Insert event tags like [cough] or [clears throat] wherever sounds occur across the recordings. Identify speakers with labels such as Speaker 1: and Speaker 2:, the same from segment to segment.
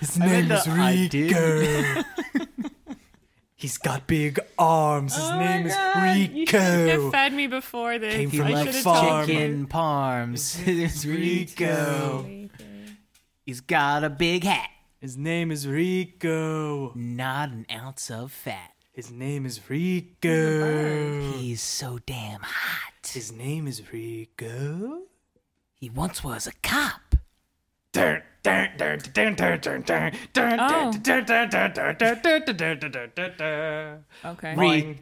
Speaker 1: His
Speaker 2: I
Speaker 1: name
Speaker 2: read
Speaker 1: is
Speaker 2: the I
Speaker 1: Rico. [laughs] He's got big arms. His
Speaker 3: Oh my
Speaker 1: name is
Speaker 3: God, you
Speaker 1: Rico.
Speaker 3: have fed me before this.
Speaker 1: Came
Speaker 2: He
Speaker 1: from
Speaker 3: I
Speaker 1: like
Speaker 2: likes
Speaker 3: should've
Speaker 1: farm.
Speaker 3: told
Speaker 2: chicken
Speaker 1: [laughs]
Speaker 2: parms. It's Rico.
Speaker 3: you.
Speaker 2: He's got a big hat,
Speaker 1: His name is Rico.
Speaker 2: not an ounce of fat.
Speaker 1: His name is Rico.
Speaker 2: He's so damn hot.
Speaker 1: His name is Rico.
Speaker 2: He once was a cop.
Speaker 1: Oh. There
Speaker 3: Okay.
Speaker 2: Re-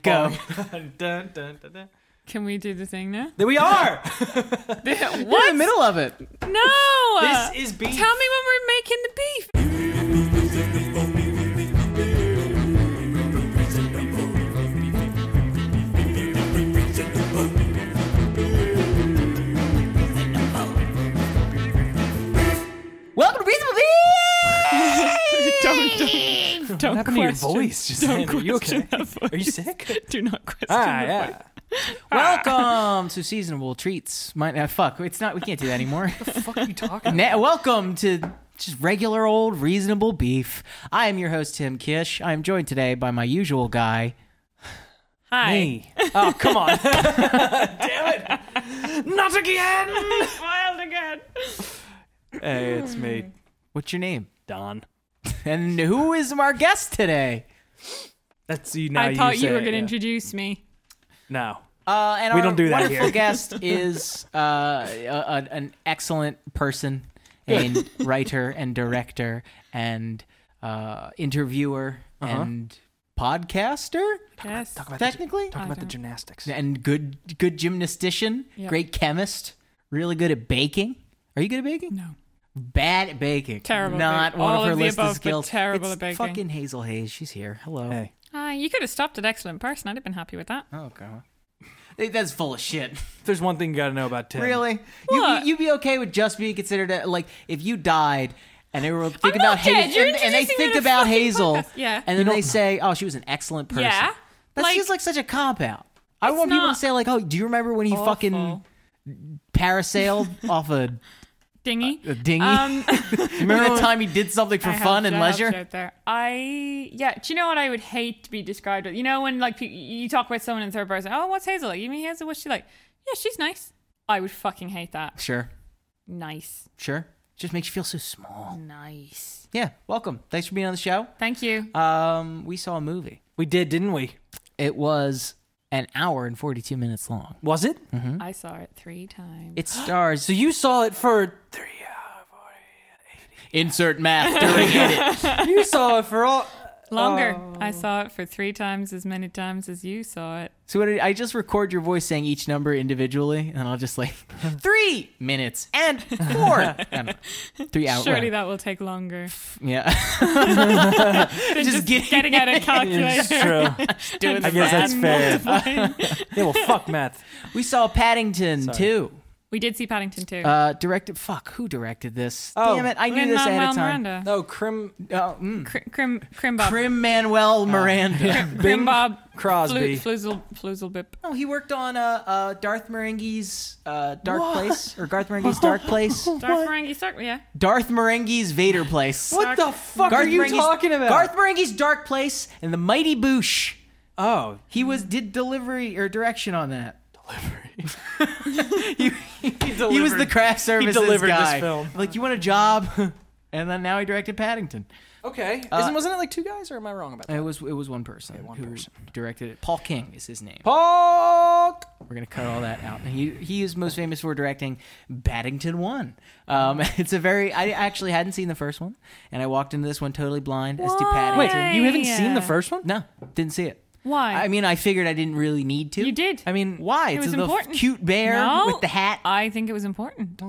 Speaker 3: Can we do the thing now? [laughs]
Speaker 1: we are.
Speaker 3: what?
Speaker 2: In the middle of it.
Speaker 3: No.
Speaker 1: This is beef.
Speaker 3: Tell me when we're making the beef.
Speaker 2: Welcome to Reasonable Beef!
Speaker 3: Don't, don't, don't
Speaker 1: happened to your voice just then? Are you okay? Are you sick?
Speaker 3: Do not question
Speaker 1: Ah, yeah.
Speaker 2: welcome to Seasonable Treats. My, uh, fuck, it's not. We can't do that anymore.
Speaker 1: Fuck are you talking?
Speaker 2: Na- welcome to just regular old Reasonable Beef. I am your host Tim Kish. I am joined today by my usual guy.
Speaker 3: Hi. [laughs]
Speaker 1: Me. Oh, come [laughs] on. Damn it. Not again.
Speaker 3: Wild again.
Speaker 1: Hey, it's me,
Speaker 2: What's your name?
Speaker 1: Don.
Speaker 2: And who is our guest today?
Speaker 1: That's you now.
Speaker 3: I thought you,
Speaker 1: say
Speaker 3: were
Speaker 1: it,
Speaker 3: going to
Speaker 1: yeah.
Speaker 3: introduce me.
Speaker 1: No.
Speaker 2: Uh, and
Speaker 1: We
Speaker 2: our
Speaker 1: don't do that
Speaker 2: wonderful
Speaker 1: here. [laughs]
Speaker 2: guest is uh, a, a, an excellent person and writer and director and uh, interviewer
Speaker 1: Uh-huh.
Speaker 2: and podcaster,
Speaker 3: Yes.
Speaker 1: Talk about the-
Speaker 2: technically,
Speaker 1: Talk
Speaker 3: I
Speaker 1: about the
Speaker 3: don't-
Speaker 1: gymnastics.
Speaker 2: and good good gymnastician,
Speaker 3: Yep.
Speaker 2: great chemist, really good at baking. Are you good at baking?
Speaker 3: No.
Speaker 2: Bad at baking.
Speaker 3: Terrible at
Speaker 2: Not
Speaker 3: baking.
Speaker 2: one
Speaker 3: All
Speaker 2: of her
Speaker 3: of the
Speaker 2: list
Speaker 3: above,
Speaker 2: of
Speaker 3: but
Speaker 2: skills.
Speaker 3: terrible
Speaker 2: It's
Speaker 3: at baking.
Speaker 2: Fucking Hazel Hayes. She's here. Hello.
Speaker 1: Hey.
Speaker 3: Uh, you could have stopped at excellent person. I'd have been happy with that.
Speaker 2: Oh god. Eh, That's full of shit.
Speaker 1: If there's one thing you gotta know about Tim.
Speaker 2: Really? You,
Speaker 3: What?
Speaker 2: you, you'd be okay with just being considered a, like if you died and they were thinking
Speaker 3: not
Speaker 2: about Hazel
Speaker 3: dead. You're
Speaker 2: and, and they
Speaker 3: introducing me
Speaker 2: think
Speaker 3: to the
Speaker 2: about
Speaker 3: fucking
Speaker 2: Hazel,
Speaker 3: podcast. Yeah.
Speaker 2: and then they say, "Oh, she was an excellent person."
Speaker 3: Yeah.
Speaker 2: that
Speaker 3: Like-
Speaker 2: seems like such a cop out. I want people to
Speaker 3: not
Speaker 2: say like, "Oh, do you remember when he fucking
Speaker 3: Awful.
Speaker 2: parasailed off
Speaker 3: [laughs]
Speaker 2: a,
Speaker 3: Dingy.
Speaker 1: Uh,
Speaker 2: a dinghy?
Speaker 1: [laughs]
Speaker 3: Um,
Speaker 2: remember the time he did something for
Speaker 3: I
Speaker 2: fun
Speaker 3: helped-
Speaker 2: and
Speaker 3: I helped you
Speaker 2: leisure?"
Speaker 3: out there. I yeah. Do you know what I would hate to be described with? You know when like pe- you talk about someone in third person. Oh, what's Hazel like? You mean Hazel? What's she like? Yeah, she's nice. I would fucking hate that.
Speaker 2: Sure,
Speaker 3: Nice,
Speaker 2: sure. Just makes you feel so small.
Speaker 3: nice.
Speaker 2: Yeah. Welcome. Thanks for being on the show.
Speaker 3: Thank you.
Speaker 2: Um, we saw a movie.
Speaker 1: We did, didn't we?
Speaker 2: It was an hour and forty-two minutes long.
Speaker 1: Was it?
Speaker 3: I saw it three times.
Speaker 2: It [gasps] stars
Speaker 1: So you saw it for
Speaker 3: [laughs]
Speaker 1: three.
Speaker 2: Insert math during edit. [laughs]
Speaker 1: You saw it for all.
Speaker 3: Longer. I saw it for three times as many times as you saw it.
Speaker 2: So what did- I just record your voice saying each number individually, and I'll just like three minutes and four, I don't know, three hours.
Speaker 3: Surely that will
Speaker 2: [laughs]
Speaker 3: take longer
Speaker 2: yeah,
Speaker 3: than
Speaker 2: Just
Speaker 3: just,
Speaker 2: getting- [laughs]
Speaker 3: getting out a
Speaker 1: It's
Speaker 3: calculator.
Speaker 1: true.
Speaker 2: doing
Speaker 1: I
Speaker 2: the
Speaker 1: guess
Speaker 2: math.
Speaker 1: that's fair.
Speaker 2: [laughs]
Speaker 3: Multiplying.
Speaker 1: Yeah, well, fuck math.
Speaker 2: We saw Paddington too.
Speaker 3: we did see Paddington too.
Speaker 2: Uh, directed. Fuck, who directed this?
Speaker 1: Oh.
Speaker 2: Damn it! I knew
Speaker 3: Lin
Speaker 2: this ahead
Speaker 3: Manuel
Speaker 2: of time.
Speaker 3: Miranda.
Speaker 1: No, Crim
Speaker 2: Oh, mm.
Speaker 3: Cr- Crim Crimbob.
Speaker 2: Prim Manuel Miranda.
Speaker 3: Crim Bob
Speaker 1: Crosby.
Speaker 3: Flu- Fluzel Fluzelbip.
Speaker 2: No, he worked on uh, uh Darth Marenghi's uh Dark Place or Garth Marenghi's Dark Place.
Speaker 3: Darth Ferengi Stark. Yeah.
Speaker 2: Darth Marenghi's Vader Place.
Speaker 1: what the fuck
Speaker 2: Garth
Speaker 1: are you
Speaker 2: Marenghi's-
Speaker 1: talking about?
Speaker 2: Garth Marenghi's Dark Place and the Mighty Boosh.
Speaker 1: Oh,
Speaker 2: He was did delivery or direction on that. Delivery. he, he was the craft services
Speaker 1: delivered this
Speaker 2: guy.
Speaker 1: film.
Speaker 2: Like you want a job, [laughs] and then now he directed Paddington.
Speaker 1: okay. Isn't, wasn't it like two guys, or am I wrong about that?
Speaker 2: It was it was one person
Speaker 1: one
Speaker 2: who
Speaker 1: person.
Speaker 2: directed it. Paul King is his name.
Speaker 1: Hulk.
Speaker 2: We're gonna cut all that out. And he he is most famous for directing Paddington One. Um, [laughs] it's a very I actually hadn't seen the first one, and I walked into this one totally blind as to
Speaker 3: Why?
Speaker 2: Paddington.
Speaker 3: Wait.
Speaker 1: you haven't seen the
Speaker 3: Yeah.
Speaker 1: first one?
Speaker 2: No, didn't see it.
Speaker 3: Why?
Speaker 2: I mean, I figured I didn't really need to.
Speaker 3: You did.
Speaker 2: I mean, why?
Speaker 3: It
Speaker 2: it's
Speaker 3: was
Speaker 2: the
Speaker 3: important.
Speaker 2: cute bear
Speaker 3: No, Uh,
Speaker 2: with the hat.
Speaker 3: I think it was important.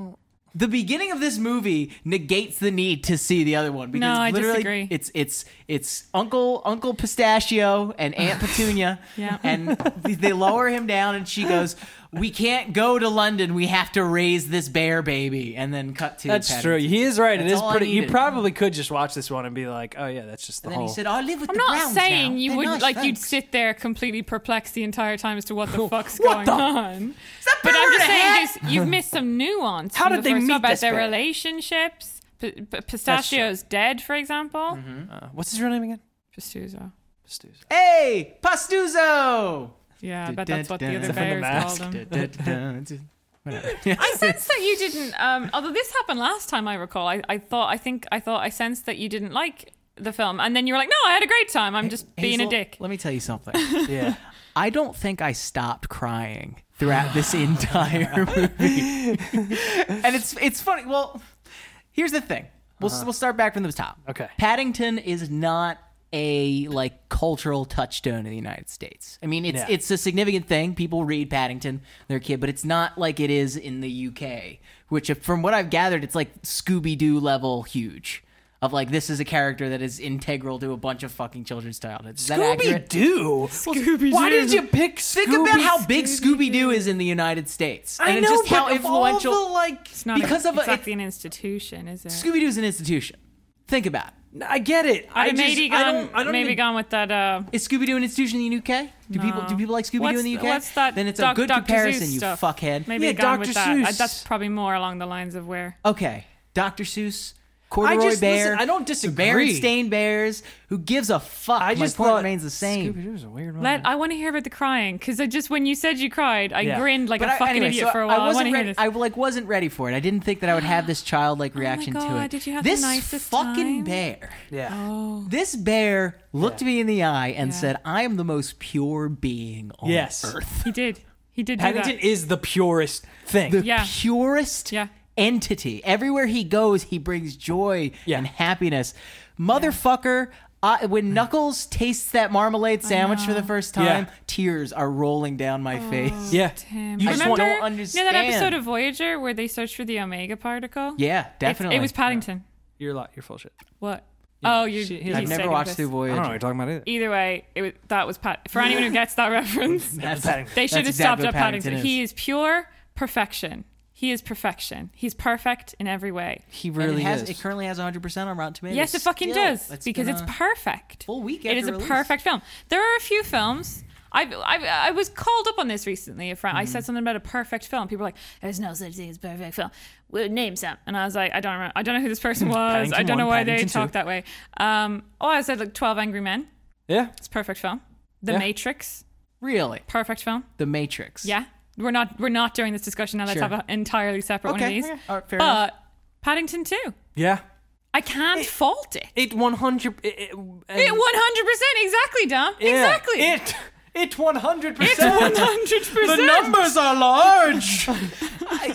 Speaker 2: The beginning of this movie negates the need to see the other one because
Speaker 3: No, I
Speaker 2: literally
Speaker 3: disagree.
Speaker 2: it's it's it's Uncle Uncle Pistachio and
Speaker 3: [laughs]
Speaker 2: Aunt Petunia,
Speaker 3: Yeah.
Speaker 2: and they- they lower him down, and she goes, "We can't go to London. We have to raise this bear baby." And then cut to
Speaker 1: That's
Speaker 2: Paddington.
Speaker 1: true. He is right.
Speaker 2: That's
Speaker 1: it is
Speaker 2: all I
Speaker 1: pretty. You
Speaker 2: needed.
Speaker 1: probably could just watch this one and be like, "Oh yeah, that's just the
Speaker 2: And then
Speaker 1: whole."
Speaker 2: he said, "I live with
Speaker 3: I'm
Speaker 2: the
Speaker 3: not
Speaker 2: Browns
Speaker 3: saying
Speaker 2: now.
Speaker 3: you
Speaker 2: They're
Speaker 3: wouldn't
Speaker 2: nice
Speaker 3: like you'd
Speaker 2: folks."
Speaker 3: sit there completely perplexed the entire time as to
Speaker 1: [laughs]
Speaker 3: what the fuck's
Speaker 1: What
Speaker 3: going
Speaker 1: the-
Speaker 3: on.
Speaker 2: that
Speaker 3: But
Speaker 2: bear
Speaker 3: I'm
Speaker 2: in
Speaker 3: just
Speaker 2: a
Speaker 3: saying
Speaker 2: hat?
Speaker 3: there's- you've missed some nuance.
Speaker 1: How
Speaker 3: from
Speaker 1: did
Speaker 3: the
Speaker 1: they
Speaker 3: first one
Speaker 1: meet
Speaker 3: about
Speaker 1: this
Speaker 3: their
Speaker 1: bear?
Speaker 3: relationships? P- p- pistachios dead, for example.
Speaker 1: Uh, what's his real name again?
Speaker 3: Pistuzo.
Speaker 1: Stu's.
Speaker 2: Hey, Pastuzo!
Speaker 3: Yeah, I
Speaker 2: Dun,
Speaker 3: bet
Speaker 2: dun,
Speaker 3: that's what the
Speaker 2: dun.
Speaker 3: other
Speaker 2: It's from
Speaker 1: The
Speaker 3: bears
Speaker 1: Mask.
Speaker 3: called them.
Speaker 2: Whatever.
Speaker 3: I sense that you didn't. Um, although this happened last time, I recall. I, I thought. I think. I thought. I sensed that you didn't like the film, and then you were like, "No, I had a great time. I'm just being
Speaker 2: Hazel,
Speaker 3: a dick."
Speaker 2: Let me tell you something.
Speaker 1: Yeah.
Speaker 2: I don't think I stopped crying
Speaker 1: [laughs]
Speaker 2: throughout this entire movie. and it's it's funny. Well, here's the thing. We'll we'll start back from the top.
Speaker 1: Uh-huh. Okay.
Speaker 2: Paddington is not a like cultural touchstone in the United States. I mean, it's
Speaker 1: Yeah.
Speaker 2: it's a significant thing. People read Paddington, their kid, but it's not like it is in the UK, which if- from what I've gathered, it's like Scooby Doo level huge. Of like this is a character that is integral to a bunch of fucking children's childhoods. Is that accurate?
Speaker 1: Scooby Doo. Why did you pick?
Speaker 2: Think about how big Scooby Doo is in the United States, and
Speaker 1: I
Speaker 2: it's
Speaker 1: know,
Speaker 2: just how
Speaker 1: but of all
Speaker 2: influential.
Speaker 1: the, like,
Speaker 3: It's not
Speaker 2: because
Speaker 3: a,
Speaker 2: of a-
Speaker 3: exactly an institution, is it?
Speaker 2: Scooby Doo's an institution. Think about it.
Speaker 1: I get it. I,
Speaker 3: I'd
Speaker 1: just,
Speaker 3: maybe
Speaker 1: I
Speaker 3: gone.
Speaker 1: don't. I don't
Speaker 3: maybe
Speaker 1: even,
Speaker 3: gone with that. Uh,
Speaker 2: Is Scooby Doo an institution in the UK? Do people
Speaker 3: No.
Speaker 2: do people like Scooby Doo
Speaker 3: What's-
Speaker 2: in the UK?
Speaker 3: what's that
Speaker 2: Then it's
Speaker 3: Doc-
Speaker 2: a good
Speaker 3: Dr.
Speaker 2: comparison,
Speaker 3: Seuss
Speaker 2: you
Speaker 3: stuff?
Speaker 2: fuckhead.
Speaker 3: maybe
Speaker 1: Yeah,
Speaker 3: gone
Speaker 1: Dr.
Speaker 3: with that. I-
Speaker 1: Seuss.
Speaker 3: that's probably more along the lines of where.
Speaker 2: Okay, Dr. Seuss, Corduroy
Speaker 1: I just
Speaker 2: Bear.
Speaker 1: listen, I don't disagree.
Speaker 2: Berenstain Bears. Who gives a fuck?
Speaker 1: I just
Speaker 2: My point
Speaker 1: thought
Speaker 2: remains the same.
Speaker 1: Scooby Doo was a weird
Speaker 2: Oh,
Speaker 1: one.
Speaker 3: Let, I want to hear about the crying because I just when you said you cried, I
Speaker 1: Yeah.
Speaker 3: grinned like
Speaker 2: But
Speaker 3: a
Speaker 2: I-
Speaker 3: fucking
Speaker 2: anyway,
Speaker 3: idiot
Speaker 2: so
Speaker 3: for a while. I, want
Speaker 2: wasn't
Speaker 3: to hear
Speaker 2: ready-
Speaker 3: this. Oh
Speaker 2: I like wasn't ready for it. I didn't think that I would have this childlike reaction to
Speaker 3: God,
Speaker 2: it.
Speaker 3: did you have the
Speaker 2: this
Speaker 3: nicest
Speaker 2: fucking
Speaker 3: time?
Speaker 2: bear?
Speaker 1: yeah.
Speaker 3: oh,
Speaker 2: This bear looked me in the eye and
Speaker 3: Yeah.
Speaker 2: said, I am the most pure being on
Speaker 1: Yes.
Speaker 2: earth.
Speaker 3: [laughs] he did. He did. Do
Speaker 1: Paddington
Speaker 3: that.
Speaker 1: is the purest thing.
Speaker 2: The
Speaker 3: Yeah.
Speaker 2: purest
Speaker 3: Yeah.
Speaker 2: entity. Everywhere he goes, he brings joy
Speaker 1: Yeah.
Speaker 2: and happiness. Motherfucker. I, when Knuckles tastes that marmalade sandwich for the first
Speaker 1: Yeah.
Speaker 2: time, tears are rolling down my face.
Speaker 1: yeah.
Speaker 3: Damn.
Speaker 1: You
Speaker 2: I just
Speaker 1: want-
Speaker 2: don't
Speaker 3: Remember, You know that
Speaker 2: understand.
Speaker 3: episode of Voyager where they search for the Omega particle?
Speaker 2: Yeah,
Speaker 3: It's-
Speaker 2: definitely.
Speaker 3: It was Paddington.
Speaker 1: You're lot. You're full of shit.
Speaker 3: What? oh, you're.
Speaker 1: shit,
Speaker 3: you
Speaker 1: I've
Speaker 2: I've
Speaker 3: said
Speaker 2: never
Speaker 3: it
Speaker 2: watched
Speaker 3: was-
Speaker 2: through
Speaker 1: I don't know what
Speaker 2: Voyager.
Speaker 1: you're talking about either.
Speaker 3: Either way, it was, that was Pat. For
Speaker 2: [laughs]
Speaker 3: anyone who gets that reference,
Speaker 2: That's,
Speaker 3: they should have
Speaker 2: that's
Speaker 3: stopped
Speaker 2: exactly
Speaker 3: at
Speaker 2: what
Speaker 3: Paddington.
Speaker 2: Paddington
Speaker 3: He
Speaker 2: is.
Speaker 3: is pure perfection. He is perfection. He's perfect in every way.
Speaker 2: [laughs] He
Speaker 1: it
Speaker 2: really
Speaker 1: has-
Speaker 2: is.
Speaker 1: it
Speaker 2: It currently has 100% on Rotten Tomatoes.
Speaker 3: Yes, it fucking does because it's perfect.
Speaker 2: full week
Speaker 3: It
Speaker 2: after
Speaker 3: is a
Speaker 2: release.
Speaker 3: perfect film. There are a few films. I've, I've, I was called up on this recently. A friend, I
Speaker 2: Mm-hmm.
Speaker 3: said something about a perfect film. People were like, "There's no such thing as a perfect film." Well, name some. And I was like, "I don't remember. I don't know who this person was. I
Speaker 1: Paddington
Speaker 3: don't know
Speaker 1: one,
Speaker 3: why
Speaker 1: Paddington
Speaker 3: they
Speaker 1: two.
Speaker 3: talk that way." Um, oh, I said like Twelve Angry Men.
Speaker 1: Yeah.
Speaker 3: It's a perfect film. The
Speaker 1: Yeah.
Speaker 3: Matrix.
Speaker 2: Really?
Speaker 3: Perfect film.
Speaker 2: The Matrix.
Speaker 3: Yeah, we're not we're not doing this discussion now. Let's
Speaker 2: Sure.
Speaker 3: have an entirely separate one of
Speaker 2: Okay.
Speaker 3: these.
Speaker 2: okay. All right, fair enough.
Speaker 3: But Paddington Two.
Speaker 1: Yeah.
Speaker 3: I can't fault it.
Speaker 1: It 100. It, it,
Speaker 3: It 100% exactly, Dom. Exactly.
Speaker 1: It. It 100. [laughs]
Speaker 3: It's 100%.
Speaker 1: The numbers are large.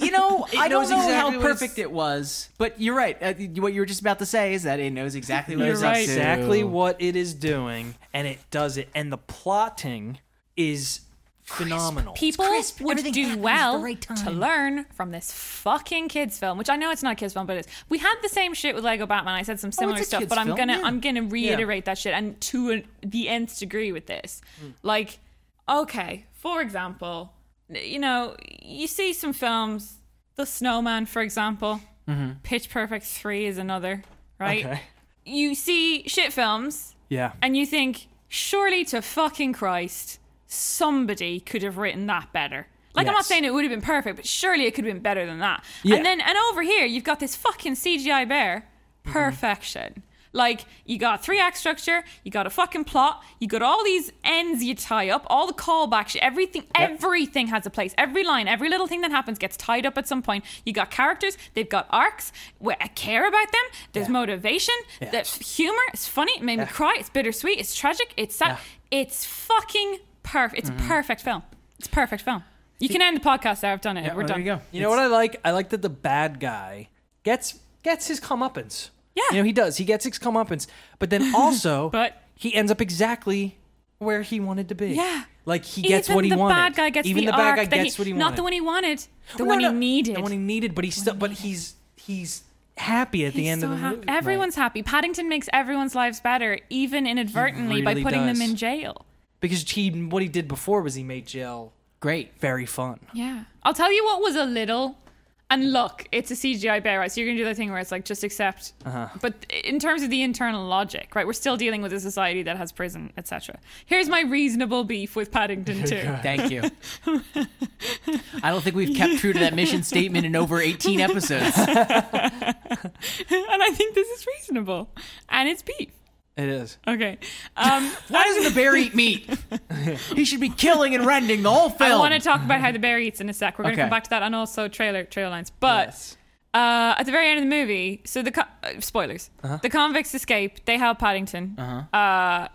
Speaker 2: you know, I don't
Speaker 1: knows
Speaker 2: know
Speaker 1: exactly
Speaker 2: how
Speaker 1: what it's-
Speaker 2: perfect it was, but you're right. Uh, what you were just about to say is that it knows exactly what
Speaker 3: You're
Speaker 2: it's
Speaker 3: right.
Speaker 2: up to.
Speaker 1: exactly what it is doing, and it does it. And the plotting is phenomenal.
Speaker 3: People
Speaker 2: crisp.
Speaker 3: would
Speaker 2: Everything
Speaker 3: do
Speaker 2: happens at
Speaker 3: well
Speaker 2: the right time.
Speaker 3: to learn from this fucking kids film, which I know it's not a kids film, but it's. We had the same shit with Lego Batman. I said some similar
Speaker 2: Oh, a
Speaker 3: stuff,
Speaker 2: kids
Speaker 3: but I'm
Speaker 2: film,
Speaker 3: gonna
Speaker 2: yeah.
Speaker 3: I'm gonna reiterate that shit and to an, the nth degree with this.
Speaker 2: Hmm.
Speaker 3: Like, okay, for example, you know, you see some films, The Snowman, for example,
Speaker 2: Mm-hmm.
Speaker 3: Pitch Perfect Three is another, right?
Speaker 1: Okay.
Speaker 3: You see shit films
Speaker 1: Yeah.
Speaker 3: and you think, surely to fucking Christ, somebody could have written that better. Like I'm not
Speaker 1: Yes.
Speaker 3: saying it would have been perfect, but surely it could have been better than that.
Speaker 1: Yeah.
Speaker 3: And then and over here you've got this fucking CGI bear,
Speaker 1: Mm-hmm.
Speaker 3: perfection. Like you got a three act structure, you got a fucking plot, you got all these ends you tie up, all the callbacks, everything, everything has a place. Every line, every little thing that happens gets tied up at some point. You got characters, they've got arcs. where I care about them. There's motivation. There's humor. It's funny. It made me cry. It's bittersweet. It's tragic. It's sad. It's fucking perfect. It's a
Speaker 1: Mm-hmm.
Speaker 3: perfect film. It's a perfect film. You can end the podcast there. I've done it. We're
Speaker 2: Well,
Speaker 3: done.
Speaker 2: There you go.
Speaker 1: You know what I like? I like that the bad guy gets gets his comeuppance.
Speaker 3: Yeah.
Speaker 1: You know he does. He gets his comeuppance, but
Speaker 3: [laughs]
Speaker 1: then also,
Speaker 3: But-
Speaker 1: he ends up exactly where he wanted to be.
Speaker 3: Yeah.
Speaker 1: Like he gets
Speaker 3: Even
Speaker 1: what he
Speaker 3: the
Speaker 1: wanted.
Speaker 3: bad guy gets
Speaker 1: Even
Speaker 3: the,
Speaker 1: the, bad
Speaker 3: arc
Speaker 1: guy
Speaker 3: that
Speaker 1: gets
Speaker 3: he,
Speaker 1: what he
Speaker 3: Not
Speaker 1: wanted.
Speaker 3: the one he wanted. The
Speaker 1: No,
Speaker 3: one
Speaker 1: no,
Speaker 3: he needed.
Speaker 1: The one he needed, but he's still. But he's he's happy at the
Speaker 3: He's
Speaker 1: end
Speaker 3: so
Speaker 1: of the
Speaker 3: hap-
Speaker 1: movie.
Speaker 3: Everyone's happy. Paddington makes everyone's lives better, even inadvertently by
Speaker 1: really
Speaker 3: putting
Speaker 1: does.
Speaker 3: them in jail.
Speaker 1: because he what he did before was he made jail
Speaker 2: Great.
Speaker 1: very fun.
Speaker 3: Yeah. I'll tell you what was a little And look, it's a CGI bear, right? So you're gonna do that thing where it's like just accept.
Speaker 1: Uh-huh.
Speaker 3: But in terms of the internal logic, right? We're still dealing with a society that has prison, etc. Here's my reasonable beef with Paddington
Speaker 1: [laughs]
Speaker 3: Two.
Speaker 2: Thank
Speaker 3: [laughs]
Speaker 2: you. I don't think we've kept true to that mission statement in over 18 episodes.
Speaker 3: and I think this is reasonable. And it's beef.
Speaker 1: It is.
Speaker 3: Okay. Um,
Speaker 2: Why doesn't the bear eat meat? He should be killing and rending the whole film.
Speaker 3: I want to talk about how the bear eats in a sec. We're going
Speaker 2: Okay.
Speaker 3: to come back to that and also trailer trailer lines. But uh, at the very end of the movie, so the co- uh, spoilers. The convicts escape. They help Paddington. Uh-huh.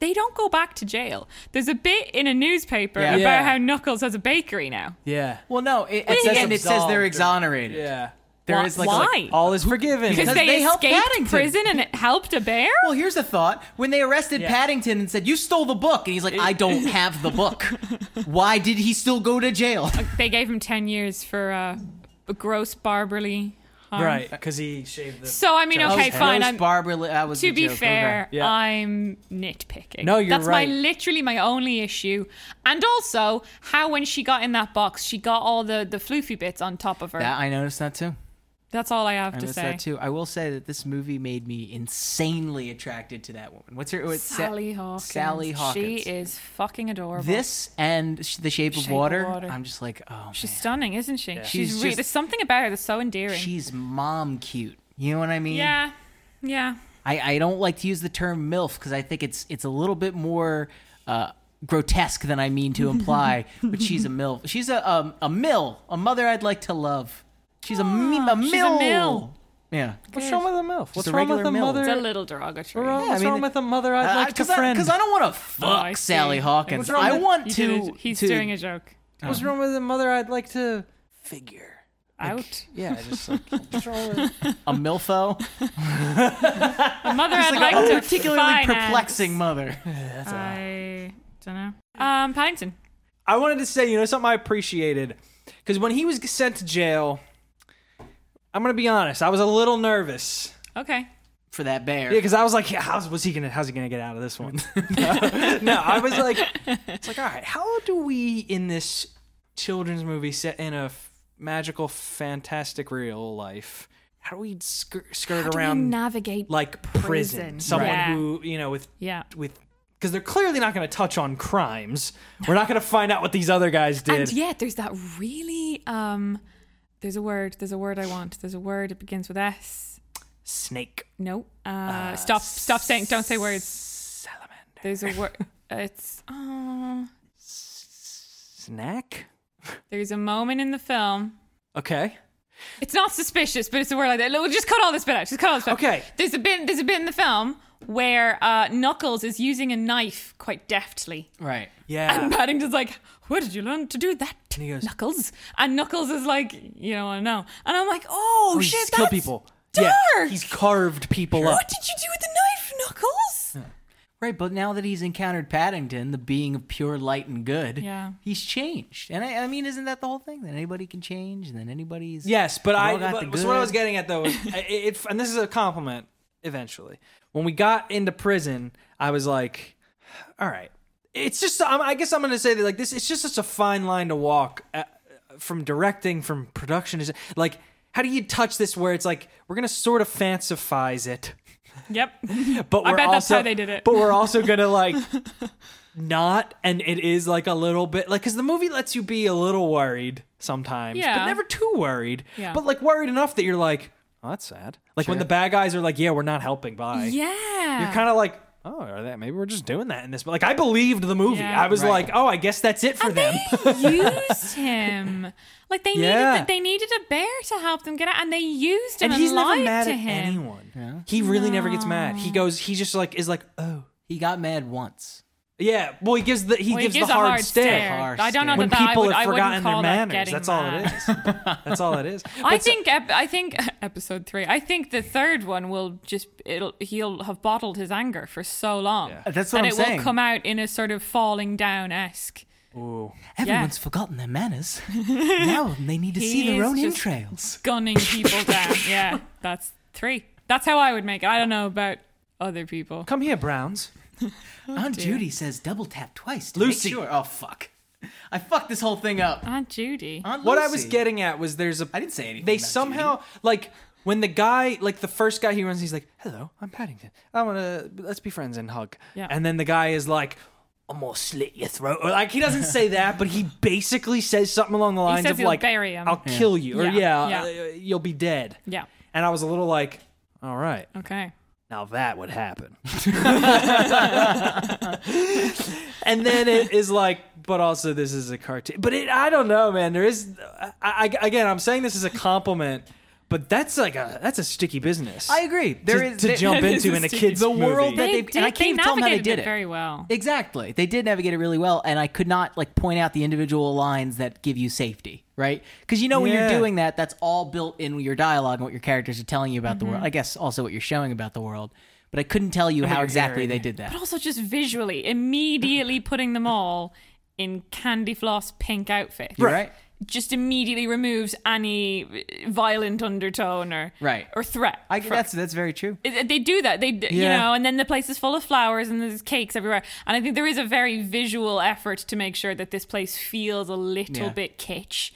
Speaker 3: They don't go back to jail. There's a bit in a newspaper
Speaker 2: Yeah.
Speaker 3: about
Speaker 1: Yeah.
Speaker 3: how Knuckles has a bakery now.
Speaker 1: Yeah.
Speaker 2: well, no, it,
Speaker 3: Wait.
Speaker 2: at the end it says
Speaker 1: Absolved
Speaker 2: they're
Speaker 1: or-
Speaker 2: exonerated.
Speaker 1: Yeah.
Speaker 2: There
Speaker 3: Why-
Speaker 2: is like,
Speaker 3: why?
Speaker 2: like-
Speaker 1: All is forgiven.
Speaker 3: Because
Speaker 2: they
Speaker 3: they,
Speaker 2: helped
Speaker 3: escaped
Speaker 2: Paddington.
Speaker 3: prison and it helped a bear?
Speaker 2: well, here's a thought. When they arrested
Speaker 1: Yeah.
Speaker 2: Paddington and said, "You stole the book," and he's like, "I
Speaker 3: [laughs]
Speaker 2: don't have the book." Why did he still go to jail? [laughs]
Speaker 3: They gave him 10 years for uh, a gross barbarly harm.
Speaker 1: right. Because he shaved the.
Speaker 3: So, I mean,
Speaker 1: Just-
Speaker 3: okay,
Speaker 1: Okay.
Speaker 3: fine.
Speaker 2: Rose
Speaker 3: I'm,
Speaker 2: Barber, that was
Speaker 3: to
Speaker 2: the
Speaker 3: be
Speaker 2: joke.
Speaker 3: fair,
Speaker 1: Yeah.
Speaker 3: I'm nitpicking.
Speaker 1: No, you're
Speaker 3: That's
Speaker 1: right.
Speaker 3: my literally my only issue. And also how when she got in that box, she got all the the floofy bits on top of her.
Speaker 2: That, I noticed that too.
Speaker 3: That's all I have
Speaker 2: I
Speaker 3: to
Speaker 2: noticed
Speaker 3: say.
Speaker 2: that too. I will say that this movie made me insanely attracted to that woman. What's her? What's Sa-
Speaker 3: Sally Hawkins.
Speaker 2: Sally Hawkins.
Speaker 3: She is fucking adorable.
Speaker 2: This and sh- the Shape,
Speaker 3: Shape
Speaker 2: of,
Speaker 3: of
Speaker 2: water,
Speaker 3: Water.
Speaker 2: I'm just like, oh,
Speaker 3: She's
Speaker 2: man.
Speaker 3: stunning, isn't she? She's,
Speaker 2: She's
Speaker 3: really
Speaker 2: just-
Speaker 3: there's something about her that's so endearing.
Speaker 2: she's mom cute. You know what I mean?
Speaker 3: yeah. Yeah.
Speaker 2: I, I don't like to use the term MILF because I think it's it's a little bit more uh, grotesque than I mean to
Speaker 3: [laughs]
Speaker 2: imply. but she's a MILF. She's a um, a mill, a mother I'd like to love. She's a, me- a mill.
Speaker 3: she's a mill.
Speaker 2: Yeah.
Speaker 1: What's wrong with the MILF? What's
Speaker 2: a
Speaker 1: wrong with
Speaker 2: regular
Speaker 1: the
Speaker 2: MILF.
Speaker 1: mother?
Speaker 3: It's a
Speaker 1: What's
Speaker 3: little derogatory.
Speaker 1: wrong,
Speaker 2: Yeah, I
Speaker 1: what's
Speaker 2: mean,
Speaker 1: wrong with the mother I'd like to
Speaker 2: Because I,
Speaker 1: friend?
Speaker 2: Uh, 'cause I don't want to fuck
Speaker 3: I see.
Speaker 2: Sally Hawkins.
Speaker 1: What's wrong
Speaker 2: I
Speaker 1: with-
Speaker 2: want
Speaker 3: He did
Speaker 2: to.
Speaker 3: it. He's
Speaker 2: to-
Speaker 3: doing a joke.
Speaker 1: What's wrong with the mother I'd like to figure?
Speaker 3: Out.
Speaker 1: Yeah, I just [laughs] like what's wrong with
Speaker 2: a milfo.
Speaker 3: A mother [laughs] I'd
Speaker 2: Like
Speaker 3: like
Speaker 2: a
Speaker 3: to
Speaker 2: particularly
Speaker 3: finance.
Speaker 2: perplexing mother. [laughs]
Speaker 3: I don't know. Um, Paddington.
Speaker 1: I wanted to say, you know, something I appreciated because when he was sent to jail, I'm gonna be honest, I was a little nervous
Speaker 3: Okay.
Speaker 2: for that bear.
Speaker 1: because I was like, yeah, how's was he gonna how's he gonna get out of this
Speaker 3: [laughs]
Speaker 1: one? no, no, I was like, it's like, all right, how do we in this children's movie set in a f- magical, fantastic real life? How do we skir- skirt around
Speaker 3: navigate
Speaker 1: like prison?
Speaker 3: prison?
Speaker 1: Someone
Speaker 3: Right.
Speaker 1: who you know with
Speaker 3: Yeah.
Speaker 1: with because they're clearly not going to touch on crimes. We're not going to find out what these other guys did.
Speaker 3: And yet there's that really um there's a word, there's a word I want. There's a word it begins with S.
Speaker 1: Snake
Speaker 3: No. Uh, stop stop saying don't say words.
Speaker 1: salamander
Speaker 3: There's a word it's oh
Speaker 1: snack.
Speaker 3: there's a moment in the film.
Speaker 1: Okay,
Speaker 3: It's not suspicious, but it's a word like that. Look, We'll just cut all this bit out. Just cut all this bit. out.
Speaker 1: Okay.
Speaker 3: There's a bit there's a bit in the film where uh, Knuckles is using a knife quite deftly.
Speaker 2: right.
Speaker 1: yeah,
Speaker 3: And Paddington's like, Where did you learn to do that?
Speaker 1: And he goes-
Speaker 3: Knuckles. And Knuckles is like, You don't want to know. And I'm like, Oh,
Speaker 1: Oh, he's
Speaker 3: shit,
Speaker 1: killed
Speaker 3: that's
Speaker 1: people. Yeah,
Speaker 3: dark.
Speaker 1: he's carved people up.
Speaker 3: What did you do with the knife, Knuckles?
Speaker 2: Right, but now that he's encountered Paddington, the being of pure light and good,
Speaker 3: Yeah.
Speaker 2: he's changed. And I, I mean, isn't that the whole thing? That anybody can change, and then anybody's
Speaker 1: Yes, but
Speaker 2: We've
Speaker 1: I.
Speaker 2: all got
Speaker 1: But,
Speaker 2: the
Speaker 1: so what I
Speaker 2: good.
Speaker 1: was getting at though,
Speaker 2: [laughs]
Speaker 1: was, it, it, and this is a compliment. Eventually, when we got into prison, I was like, "All right, it's just." I'm, I guess I'm going to say that like this. It's just such a fine line to walk uh, from directing, from production. Is like, how do you touch this where it's like we're going to sort of fancifize it,
Speaker 3: Yep.
Speaker 1: but
Speaker 3: I
Speaker 1: we're
Speaker 3: bet
Speaker 1: also,
Speaker 3: that's how they did it.
Speaker 1: But we're also going to
Speaker 3: [laughs]
Speaker 1: like. Not and it is like a little bit like because the movie lets you be a little worried sometimes, but
Speaker 3: Yeah.
Speaker 1: never too worried.
Speaker 3: Yeah.
Speaker 1: But like worried enough that you're like, oh, that's sad. Like when the bad guys are like, yeah, we're not helping. [laughs] Bye.
Speaker 3: yeah.
Speaker 1: You're kind of like, oh, are that maybe we're just doing that in this. But like, I believed the movie.
Speaker 3: Yeah.
Speaker 1: I was
Speaker 2: Right.
Speaker 1: like, oh, I guess that's it for [laughs] them. [laughs]
Speaker 3: used him. Like they
Speaker 1: Yeah.
Speaker 3: needed they needed a bear to help them get out and they used him
Speaker 1: and
Speaker 3: and,
Speaker 1: he's never
Speaker 3: lied
Speaker 1: mad
Speaker 3: to
Speaker 1: at
Speaker 3: him.
Speaker 1: anyone. He really never gets mad. He goes, he just like is like, oh,
Speaker 2: He got mad once.
Speaker 1: yeah. Well, he gives the he,
Speaker 3: Well,
Speaker 1: gives, the hard, stare.
Speaker 2: Hard
Speaker 3: I don't know
Speaker 2: stare.
Speaker 1: When
Speaker 3: that, that I
Speaker 1: people
Speaker 3: would,
Speaker 1: have
Speaker 3: I wouldn't
Speaker 1: forgotten
Speaker 3: call
Speaker 1: their
Speaker 3: that
Speaker 1: manners,
Speaker 3: getting
Speaker 1: that's all
Speaker 3: mad.
Speaker 1: it is. that's all it is.
Speaker 3: [laughs]
Speaker 2: [laughs]
Speaker 3: I
Speaker 1: But so-
Speaker 3: think ep- I think [laughs] episode three. I think the third one will just it'll he'll have bottled his anger for so long.
Speaker 1: Yeah.
Speaker 2: That's what
Speaker 3: and
Speaker 2: I'm
Speaker 3: it
Speaker 2: saying.
Speaker 3: will come out in a sort of falling down esque.
Speaker 1: Ooh.
Speaker 2: Everyone's forgotten their
Speaker 3: [laughs]
Speaker 2: manners. now they need to
Speaker 3: He
Speaker 2: see their
Speaker 3: is
Speaker 2: own
Speaker 3: just-
Speaker 2: entrails.
Speaker 3: gunning
Speaker 2: [laughs]
Speaker 3: people down. Yeah, that's three. That's how I would make it. I don't know about other people.
Speaker 1: come here, Browns.
Speaker 3: oh,
Speaker 2: Aunt Judy says double tap twice to
Speaker 1: Lucy.
Speaker 2: make sure. Oh fuck. I fucked this whole thing up.
Speaker 3: Aunt Judy.
Speaker 2: Aunt
Speaker 1: What I was
Speaker 2: Lucy.
Speaker 1: getting at was there's a.
Speaker 2: I didn't say anything.
Speaker 1: They
Speaker 2: about
Speaker 1: somehow
Speaker 2: Judy.
Speaker 1: like when the guy like the first guy he runs, he's like, "Hello, I'm Paddington. I want to let's be friends and hug."
Speaker 3: Yeah.
Speaker 1: And then the guy is like. I'm gonna slit your throat. Or, like he doesn't say that,
Speaker 3: [laughs]
Speaker 1: but he basically says something along the lines
Speaker 3: says
Speaker 1: of
Speaker 3: he'll
Speaker 1: like,
Speaker 3: bury him.
Speaker 1: "I'll kill you," or yeah,
Speaker 3: Yeah, yeah.
Speaker 1: uh, you'll be dead."
Speaker 3: Yeah.
Speaker 1: And I was a little like, "All right,
Speaker 3: Okay.
Speaker 1: now that would
Speaker 3: [laughs]
Speaker 1: happen. and then it is like, but also this is a cartoon. But it, I don't know, man. There is, I, I, again, I'm saying this as a compliment, but that's like a that's a sticky business.
Speaker 2: I agree. There
Speaker 1: to,
Speaker 2: is
Speaker 1: to [laughs]
Speaker 2: there-
Speaker 1: jump
Speaker 3: that is
Speaker 1: into
Speaker 3: a
Speaker 1: in a
Speaker 3: sticky-
Speaker 1: kid's
Speaker 2: the
Speaker 1: movie.
Speaker 2: world that-
Speaker 3: They,
Speaker 2: they- and
Speaker 3: did,
Speaker 2: I can't
Speaker 3: they
Speaker 2: tell them how they
Speaker 3: navigated
Speaker 2: did
Speaker 3: it
Speaker 2: it.
Speaker 3: very well.
Speaker 2: Exactly. They did navigate it really well, and I could not like point out the individual lines that give you safety, right? Because you know when
Speaker 1: Yeah.
Speaker 2: you're doing that, that's all built in your dialogue and what your characters are telling you about the
Speaker 3: Mm-hmm.
Speaker 2: world. I guess also what you're showing about the world, but I couldn't tell you how
Speaker 1: you're
Speaker 2: exactly
Speaker 1: hearing.
Speaker 2: they did that.
Speaker 3: But also just visually, immediately putting them all in candy floss pink outfits.
Speaker 2: You're right.
Speaker 3: Just immediately removes any uh, violent undertone or
Speaker 2: Right.
Speaker 3: or threat.
Speaker 2: I,
Speaker 3: from-
Speaker 2: that's that's very true.
Speaker 3: It- it- they do that they d you
Speaker 1: Yeah.
Speaker 3: know and then the place is full of flowers and there's cakes everywhere and i think there is a very visual effort to make sure that this place feels a little
Speaker 2: Yeah.
Speaker 3: bit kitsch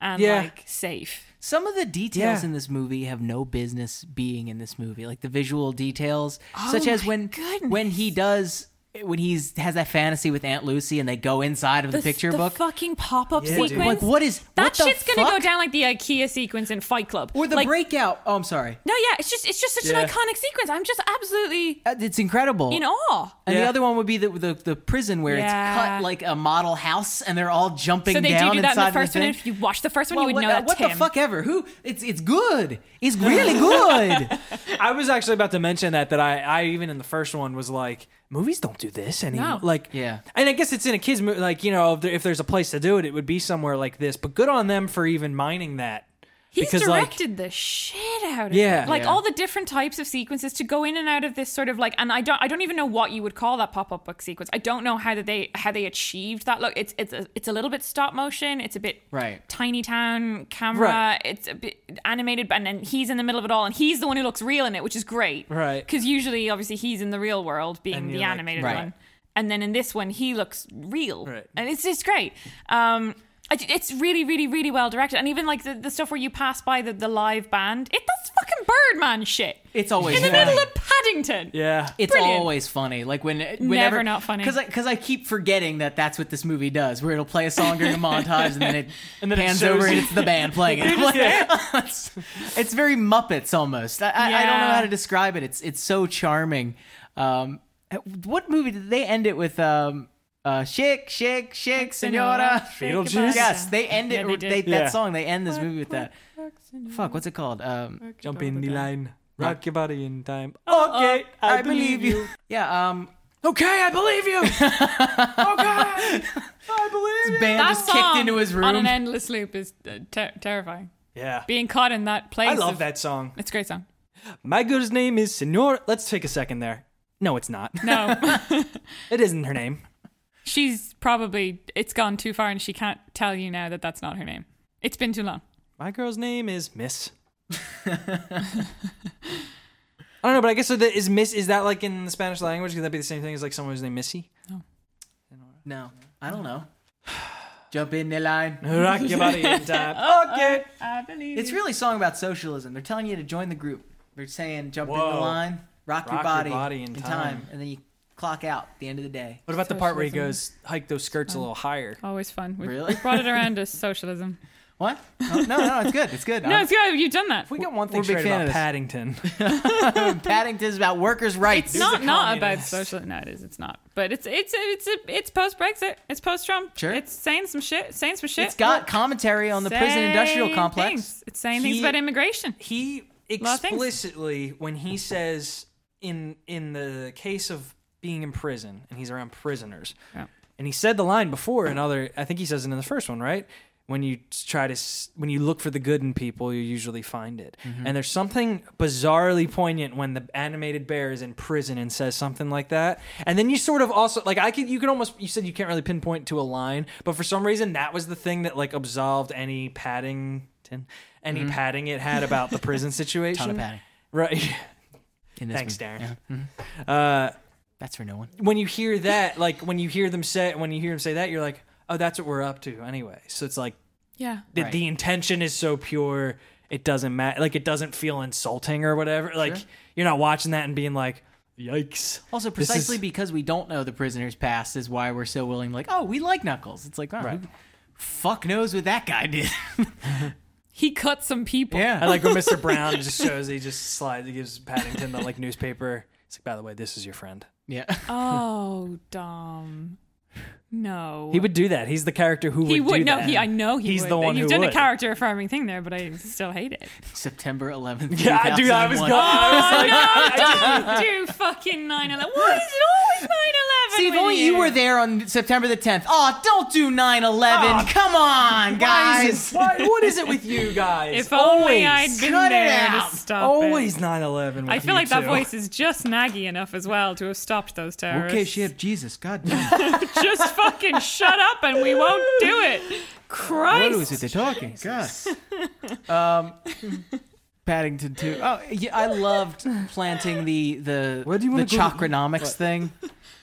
Speaker 3: and
Speaker 1: Yeah.
Speaker 3: like safe
Speaker 2: Some of the details
Speaker 1: Yeah.
Speaker 2: in this movie have no business being in this movie, like the visual details, such as
Speaker 3: Oh my
Speaker 2: when
Speaker 3: goodness.
Speaker 2: when he does when he's has that fantasy with Aunt Lucy and they go inside of the, picture
Speaker 3: the
Speaker 2: book.
Speaker 3: fucking pop-up
Speaker 1: Yeah, dude.
Speaker 3: sequence
Speaker 2: Like, what is-
Speaker 3: that
Speaker 2: what the
Speaker 3: shit's gonna go
Speaker 2: fuck?
Speaker 3: down like the ikea sequence in fight club
Speaker 2: or the
Speaker 3: Like,
Speaker 2: breakout. Oh, I'm sorry.
Speaker 3: no yeah it's just it's just such
Speaker 1: Yeah.
Speaker 3: an iconic sequence i'm just absolutely
Speaker 2: Uh, It's incredible.
Speaker 3: in awe
Speaker 2: And the
Speaker 1: Yeah.
Speaker 2: other one would be the the, the prison where it's
Speaker 3: Yeah.
Speaker 2: cut like a model house, and they're all jumping
Speaker 3: so they do
Speaker 2: down
Speaker 3: do that in
Speaker 2: inside
Speaker 3: the
Speaker 2: of
Speaker 3: first one
Speaker 2: thing.
Speaker 3: and if you watch the first one
Speaker 2: Well,
Speaker 3: you would
Speaker 2: what, uh,
Speaker 3: know that's
Speaker 2: what
Speaker 3: him
Speaker 2: the fuck ever? Who? It's it's good. It's really
Speaker 3: [laughs]
Speaker 2: good.
Speaker 1: I was actually about to mention that that I, I even in the first one was like movies don't do this anymore.
Speaker 3: No.
Speaker 1: Like
Speaker 2: Yeah.
Speaker 1: and I guess it's in a kids movie. Like you know if, there, if there's a place to do it, it would be somewhere like this. But good on them for even mining that.
Speaker 3: He's
Speaker 1: because like
Speaker 3: directed the shit out of
Speaker 1: Yeah.
Speaker 3: it. Like
Speaker 2: Yeah.
Speaker 3: all the different types of sequences to go in and out of this sort of like and I don't I don't even know what you would call that pop-up book sequence. I don't know how that they how they achieved that look. It's it's a, it's a little bit stop motion, it's a bit
Speaker 2: Right.
Speaker 3: tiny town camera,
Speaker 1: Right.
Speaker 3: it's a bit animated and then he's in the middle of it all and he's the one who looks real in it, which is great.
Speaker 1: Right.
Speaker 3: Cuz usually obviously he's in the real world being
Speaker 1: And
Speaker 3: the
Speaker 1: you're like-
Speaker 3: animated
Speaker 2: Right.
Speaker 3: one. And then in this one he looks real
Speaker 1: Right.
Speaker 3: and it's just great. Um, I- it's really, really, really well directed, and even like the, the stuff where you pass by the, the live band, it that's fucking Birdman shit
Speaker 2: It's always
Speaker 3: in the
Speaker 2: funny.
Speaker 3: middle of Paddington.
Speaker 1: yeah
Speaker 2: It's
Speaker 3: Brilliant.
Speaker 2: always funny. Like when whenever
Speaker 3: not funny.
Speaker 2: because because I, keep forgetting that that's what this movie does. Where it'll play a song during a montage and
Speaker 3: [laughs]
Speaker 2: then it
Speaker 1: And then it
Speaker 2: pans
Speaker 1: shows
Speaker 2: over and
Speaker 1: you.
Speaker 2: it's the band playing it. I'm like, [laughs] it's, it's very Muppets almost. I, I, I don't know
Speaker 3: Yeah.
Speaker 2: how to describe it. It's it's so charming. Um, what movie did they end it with? Um, uh, shake, shake, shake, senora.
Speaker 1: Beetlejuice?
Speaker 2: Yes, they end it.
Speaker 3: Yeah,
Speaker 2: with
Speaker 3: they
Speaker 2: they,
Speaker 3: did.
Speaker 1: Yeah.
Speaker 2: That song. They end this movie with that. Fuck, what's it called? Um,
Speaker 1: jump in the line, rock your body in time.
Speaker 2: Uh-uh,
Speaker 1: Okay, oh, I, believe you.
Speaker 2: yeah. Um,
Speaker 1: Okay, I believe [laughs] you. okay, I believe you.
Speaker 2: band
Speaker 3: That
Speaker 2: just
Speaker 3: song
Speaker 2: kicked into his room.
Speaker 3: on an endless loop is uh, ter- terrifying.
Speaker 1: Yeah,
Speaker 3: Being caught in that place,
Speaker 1: I love
Speaker 3: of-
Speaker 1: that song.
Speaker 3: It's a great song.
Speaker 1: My girl's name is Senor. Let's take a second there. No, it's not. [laughs]
Speaker 3: No, [laughs]
Speaker 1: It isn't her name.
Speaker 3: she's probably it's gone too far, and she can't tell you now that that's not her name. It's been too long.
Speaker 1: My girl's name is [laughs] Miss. I don't know, but I guess so that is Miss. Is that like in the Spanish language? Could that be the same thing as like someone who's named Missy?
Speaker 2: No, I
Speaker 1: [sighs]
Speaker 2: don't know. Jump in the line.
Speaker 1: Rock your body [laughs] in time. Okay.
Speaker 3: I believe
Speaker 2: It's really a song about socialism. They're telling you to join the group. They're saying jump in the
Speaker 1: Whoa.
Speaker 2: line, rock, your
Speaker 1: Rock your
Speaker 2: body,
Speaker 1: body in
Speaker 2: in, time.
Speaker 1: time.
Speaker 2: and then you clock out at the end of the day.
Speaker 1: What about the part where he
Speaker 3: Socialism.
Speaker 1: goes hike those skirts a little higher?
Speaker 3: always fun. We,
Speaker 2: Really?
Speaker 3: we brought it around to socialism.
Speaker 2: What? No, Oh, no, no it's
Speaker 1: [laughs]
Speaker 2: good. It's good.
Speaker 3: No,
Speaker 2: I'm-
Speaker 3: it's good. You've done that.
Speaker 1: If we got one thing
Speaker 2: We're a big
Speaker 1: straight
Speaker 2: fan
Speaker 1: about
Speaker 2: of this.
Speaker 1: Paddington,
Speaker 2: [laughs] Paddington's about workers' rights.
Speaker 3: It's not
Speaker 1: a
Speaker 3: not about
Speaker 1: communist.
Speaker 3: social. No, it is. It's not. But it's it's it's it's post Brexit. It's post Trump.
Speaker 2: Sure.
Speaker 3: It's saying some shit. Saying some shit.
Speaker 2: it's got commentary on the prison industrial
Speaker 3: Saying
Speaker 2: complex.
Speaker 3: things. It's saying
Speaker 1: He-
Speaker 3: things about immigration.
Speaker 1: he
Speaker 3: Lot of things.
Speaker 1: explicitly when he says in in the case of being in prison and he's around prisoners,
Speaker 3: Yeah.
Speaker 1: and he said the line before in other. I think he says it in the first one, right? When you try to s- when you look for the good in people, you usually find it.
Speaker 2: Mm-hmm.
Speaker 1: And there's something bizarrely poignant when the animated bear is in prison and says something like that. And then you sort of also like I could you could almost you said you can't really pinpoint to a line, but for some reason that was the thing that like absolved any Paddington any padding it had about the prison situation.
Speaker 2: Mm-hmm. [laughs] Ton of padding.
Speaker 1: Right. [laughs]
Speaker 2: In this
Speaker 1: Thanks,
Speaker 2: one.
Speaker 1: Darren.
Speaker 2: Yeah.
Speaker 1: Uh
Speaker 2: That's for no one.
Speaker 1: when you hear that, like when you hear them say, when you hear him say that, you're like, oh, that's what we're up to anyway. So it's like
Speaker 3: Yeah.
Speaker 1: the,
Speaker 2: Right.
Speaker 1: the intention is so pure, it doesn't matter. Like it doesn't feel insulting or whatever. Like
Speaker 2: Sure.
Speaker 1: you're not watching that and being like, yikes.
Speaker 2: Also,
Speaker 1: This is-
Speaker 2: precisely because we don't know the prisoner's past is why we're so willing. Like, oh, we like Knuckles. It's like, oh,
Speaker 1: Right.
Speaker 2: who fuck knows what that
Speaker 1: [laughs]
Speaker 2: guy did.
Speaker 3: He cut some people.
Speaker 1: I like when Mr.
Speaker 3: [laughs]
Speaker 1: Brown just shows he just slides, he gives Paddington the like newspaper. It's like, by the way, this is your friend.
Speaker 2: yeah.
Speaker 3: Oh, Dom. No.
Speaker 1: He would do that. He's the character who
Speaker 3: He
Speaker 1: would,
Speaker 3: would.
Speaker 1: do
Speaker 3: No,
Speaker 1: that.
Speaker 3: he. I know he
Speaker 1: He's
Speaker 3: would.
Speaker 1: the one
Speaker 3: You've
Speaker 1: who
Speaker 3: done
Speaker 1: would.
Speaker 3: a character affirming thing there, but I still hate it.
Speaker 2: [laughs] September 11th.
Speaker 1: [laughs] Yeah, I- dude, I was going.
Speaker 3: [laughs]
Speaker 1: I was like,
Speaker 3: Oh, do, do fucking 9 11. Why is it always 9 11?
Speaker 2: See, if only you were there on September the 10th. Oh, don't do 9 11. Come on,
Speaker 1: Ah. why
Speaker 2: guys.
Speaker 1: is it, why, what is it
Speaker 2: [laughs]
Speaker 1: with you guys?
Speaker 3: If
Speaker 1: Always.
Speaker 3: only I'd been
Speaker 2: Cut it
Speaker 3: there
Speaker 2: out.
Speaker 3: to stop
Speaker 1: Always
Speaker 3: it.
Speaker 1: 9/11.
Speaker 3: I
Speaker 1: with
Speaker 3: feel
Speaker 1: you
Speaker 3: like that
Speaker 1: two.
Speaker 3: voice is just naggy enough as well to have stopped those terrorists.
Speaker 2: Okay,
Speaker 3: [laughs]
Speaker 2: shit, Jesus, God damn.
Speaker 3: Just fucking shut up and we won't do it.
Speaker 2: What is
Speaker 3: Christ.
Speaker 2: it they're talking? God.
Speaker 3: [laughs]
Speaker 2: Um, Paddington too. Oh, yeah, I loved planting the the
Speaker 1: Where do you
Speaker 2: the
Speaker 1: wanna go to-
Speaker 2: chocronomics thing,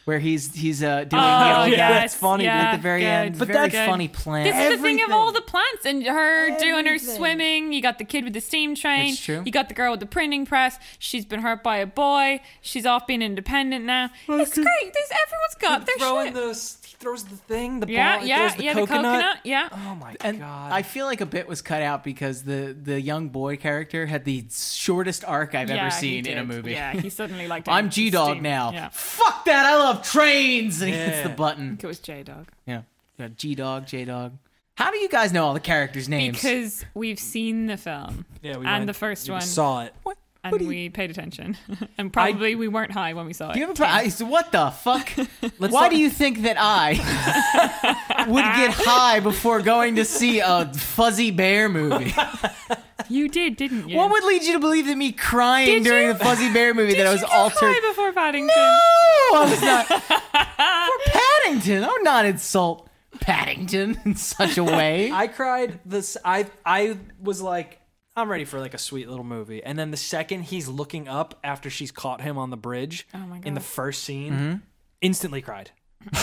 Speaker 2: where he's he's uh, doing the
Speaker 3: Oh,
Speaker 2: old
Speaker 1: yeah,
Speaker 2: guy
Speaker 1: that's funny, dude,
Speaker 2: at the very
Speaker 3: good,
Speaker 2: end.
Speaker 1: But
Speaker 2: very
Speaker 1: that's
Speaker 3: good.
Speaker 2: funny plant.
Speaker 3: This is the thing of
Speaker 1: Everything.
Speaker 3: all the plants and her doing her
Speaker 2: Everything.
Speaker 3: swimming. You got the kid with the steam train.
Speaker 2: It's true.
Speaker 3: You got the girl with the printing press. She's been hurt by a boy. She's off being independent now. It's
Speaker 1: could-
Speaker 3: great. There's, everyone's got their
Speaker 1: Throwing
Speaker 3: shit.
Speaker 1: the he throws the thing, the
Speaker 3: yeah,
Speaker 1: ball, he
Speaker 3: yeah,
Speaker 1: throws the
Speaker 3: yeah.
Speaker 1: coconut.
Speaker 3: The coconut. Yeah.
Speaker 1: Oh my
Speaker 2: and
Speaker 1: god!
Speaker 2: I feel like a bit was cut out because the the young boy character had the shortest arc I've
Speaker 3: Yeah,
Speaker 2: ever
Speaker 3: he
Speaker 2: seen in a
Speaker 3: did.
Speaker 2: movie.
Speaker 3: Yeah, he
Speaker 2: [laughs]
Speaker 3: suddenly liked.
Speaker 2: I'm
Speaker 3: it. He
Speaker 2: G Dog
Speaker 3: steamed.
Speaker 2: now.
Speaker 3: Yeah.
Speaker 2: Fuck that! I love trains. And he hits
Speaker 1: Yeah.
Speaker 2: the button.
Speaker 3: It was J Dog
Speaker 2: Yeah, yeah G Dog, J Dog. How do you guys know all the characters' names?
Speaker 3: because we've seen the film
Speaker 1: yeah, we
Speaker 3: and
Speaker 1: went-
Speaker 3: the first
Speaker 1: we
Speaker 3: one.
Speaker 1: saw it.
Speaker 2: What?
Speaker 3: and
Speaker 2: What do you-
Speaker 3: we paid attention, [laughs] and probably we weren't high when we saw it.
Speaker 2: Do you have a pro- I, so what the fuck?
Speaker 3: [laughs]
Speaker 2: Why
Speaker 1: talk-
Speaker 2: do you think that I
Speaker 3: [laughs]
Speaker 2: would get high before going to see a fuzzy bear
Speaker 3: [laughs]
Speaker 2: movie?
Speaker 3: You did, didn't you?
Speaker 2: What would lead you to believe that me crying
Speaker 3: Did
Speaker 2: during
Speaker 3: you-
Speaker 2: the fuzzy bear movie that I was
Speaker 3: you get
Speaker 2: altered?
Speaker 3: high before Paddington?
Speaker 2: No, I was
Speaker 3: [laughs]
Speaker 2: not. For Paddington, I would not insult Paddington in such a
Speaker 3: [laughs]
Speaker 2: way.
Speaker 1: I cried. This I I was like, I'm ready for like a sweet little movie. And then the second he's looking up after she's caught him on the bridge
Speaker 3: Oh my
Speaker 1: in the
Speaker 3: God.
Speaker 1: first scene,
Speaker 3: Mm-hmm.
Speaker 1: instantly
Speaker 3: [laughs]
Speaker 1: cried. like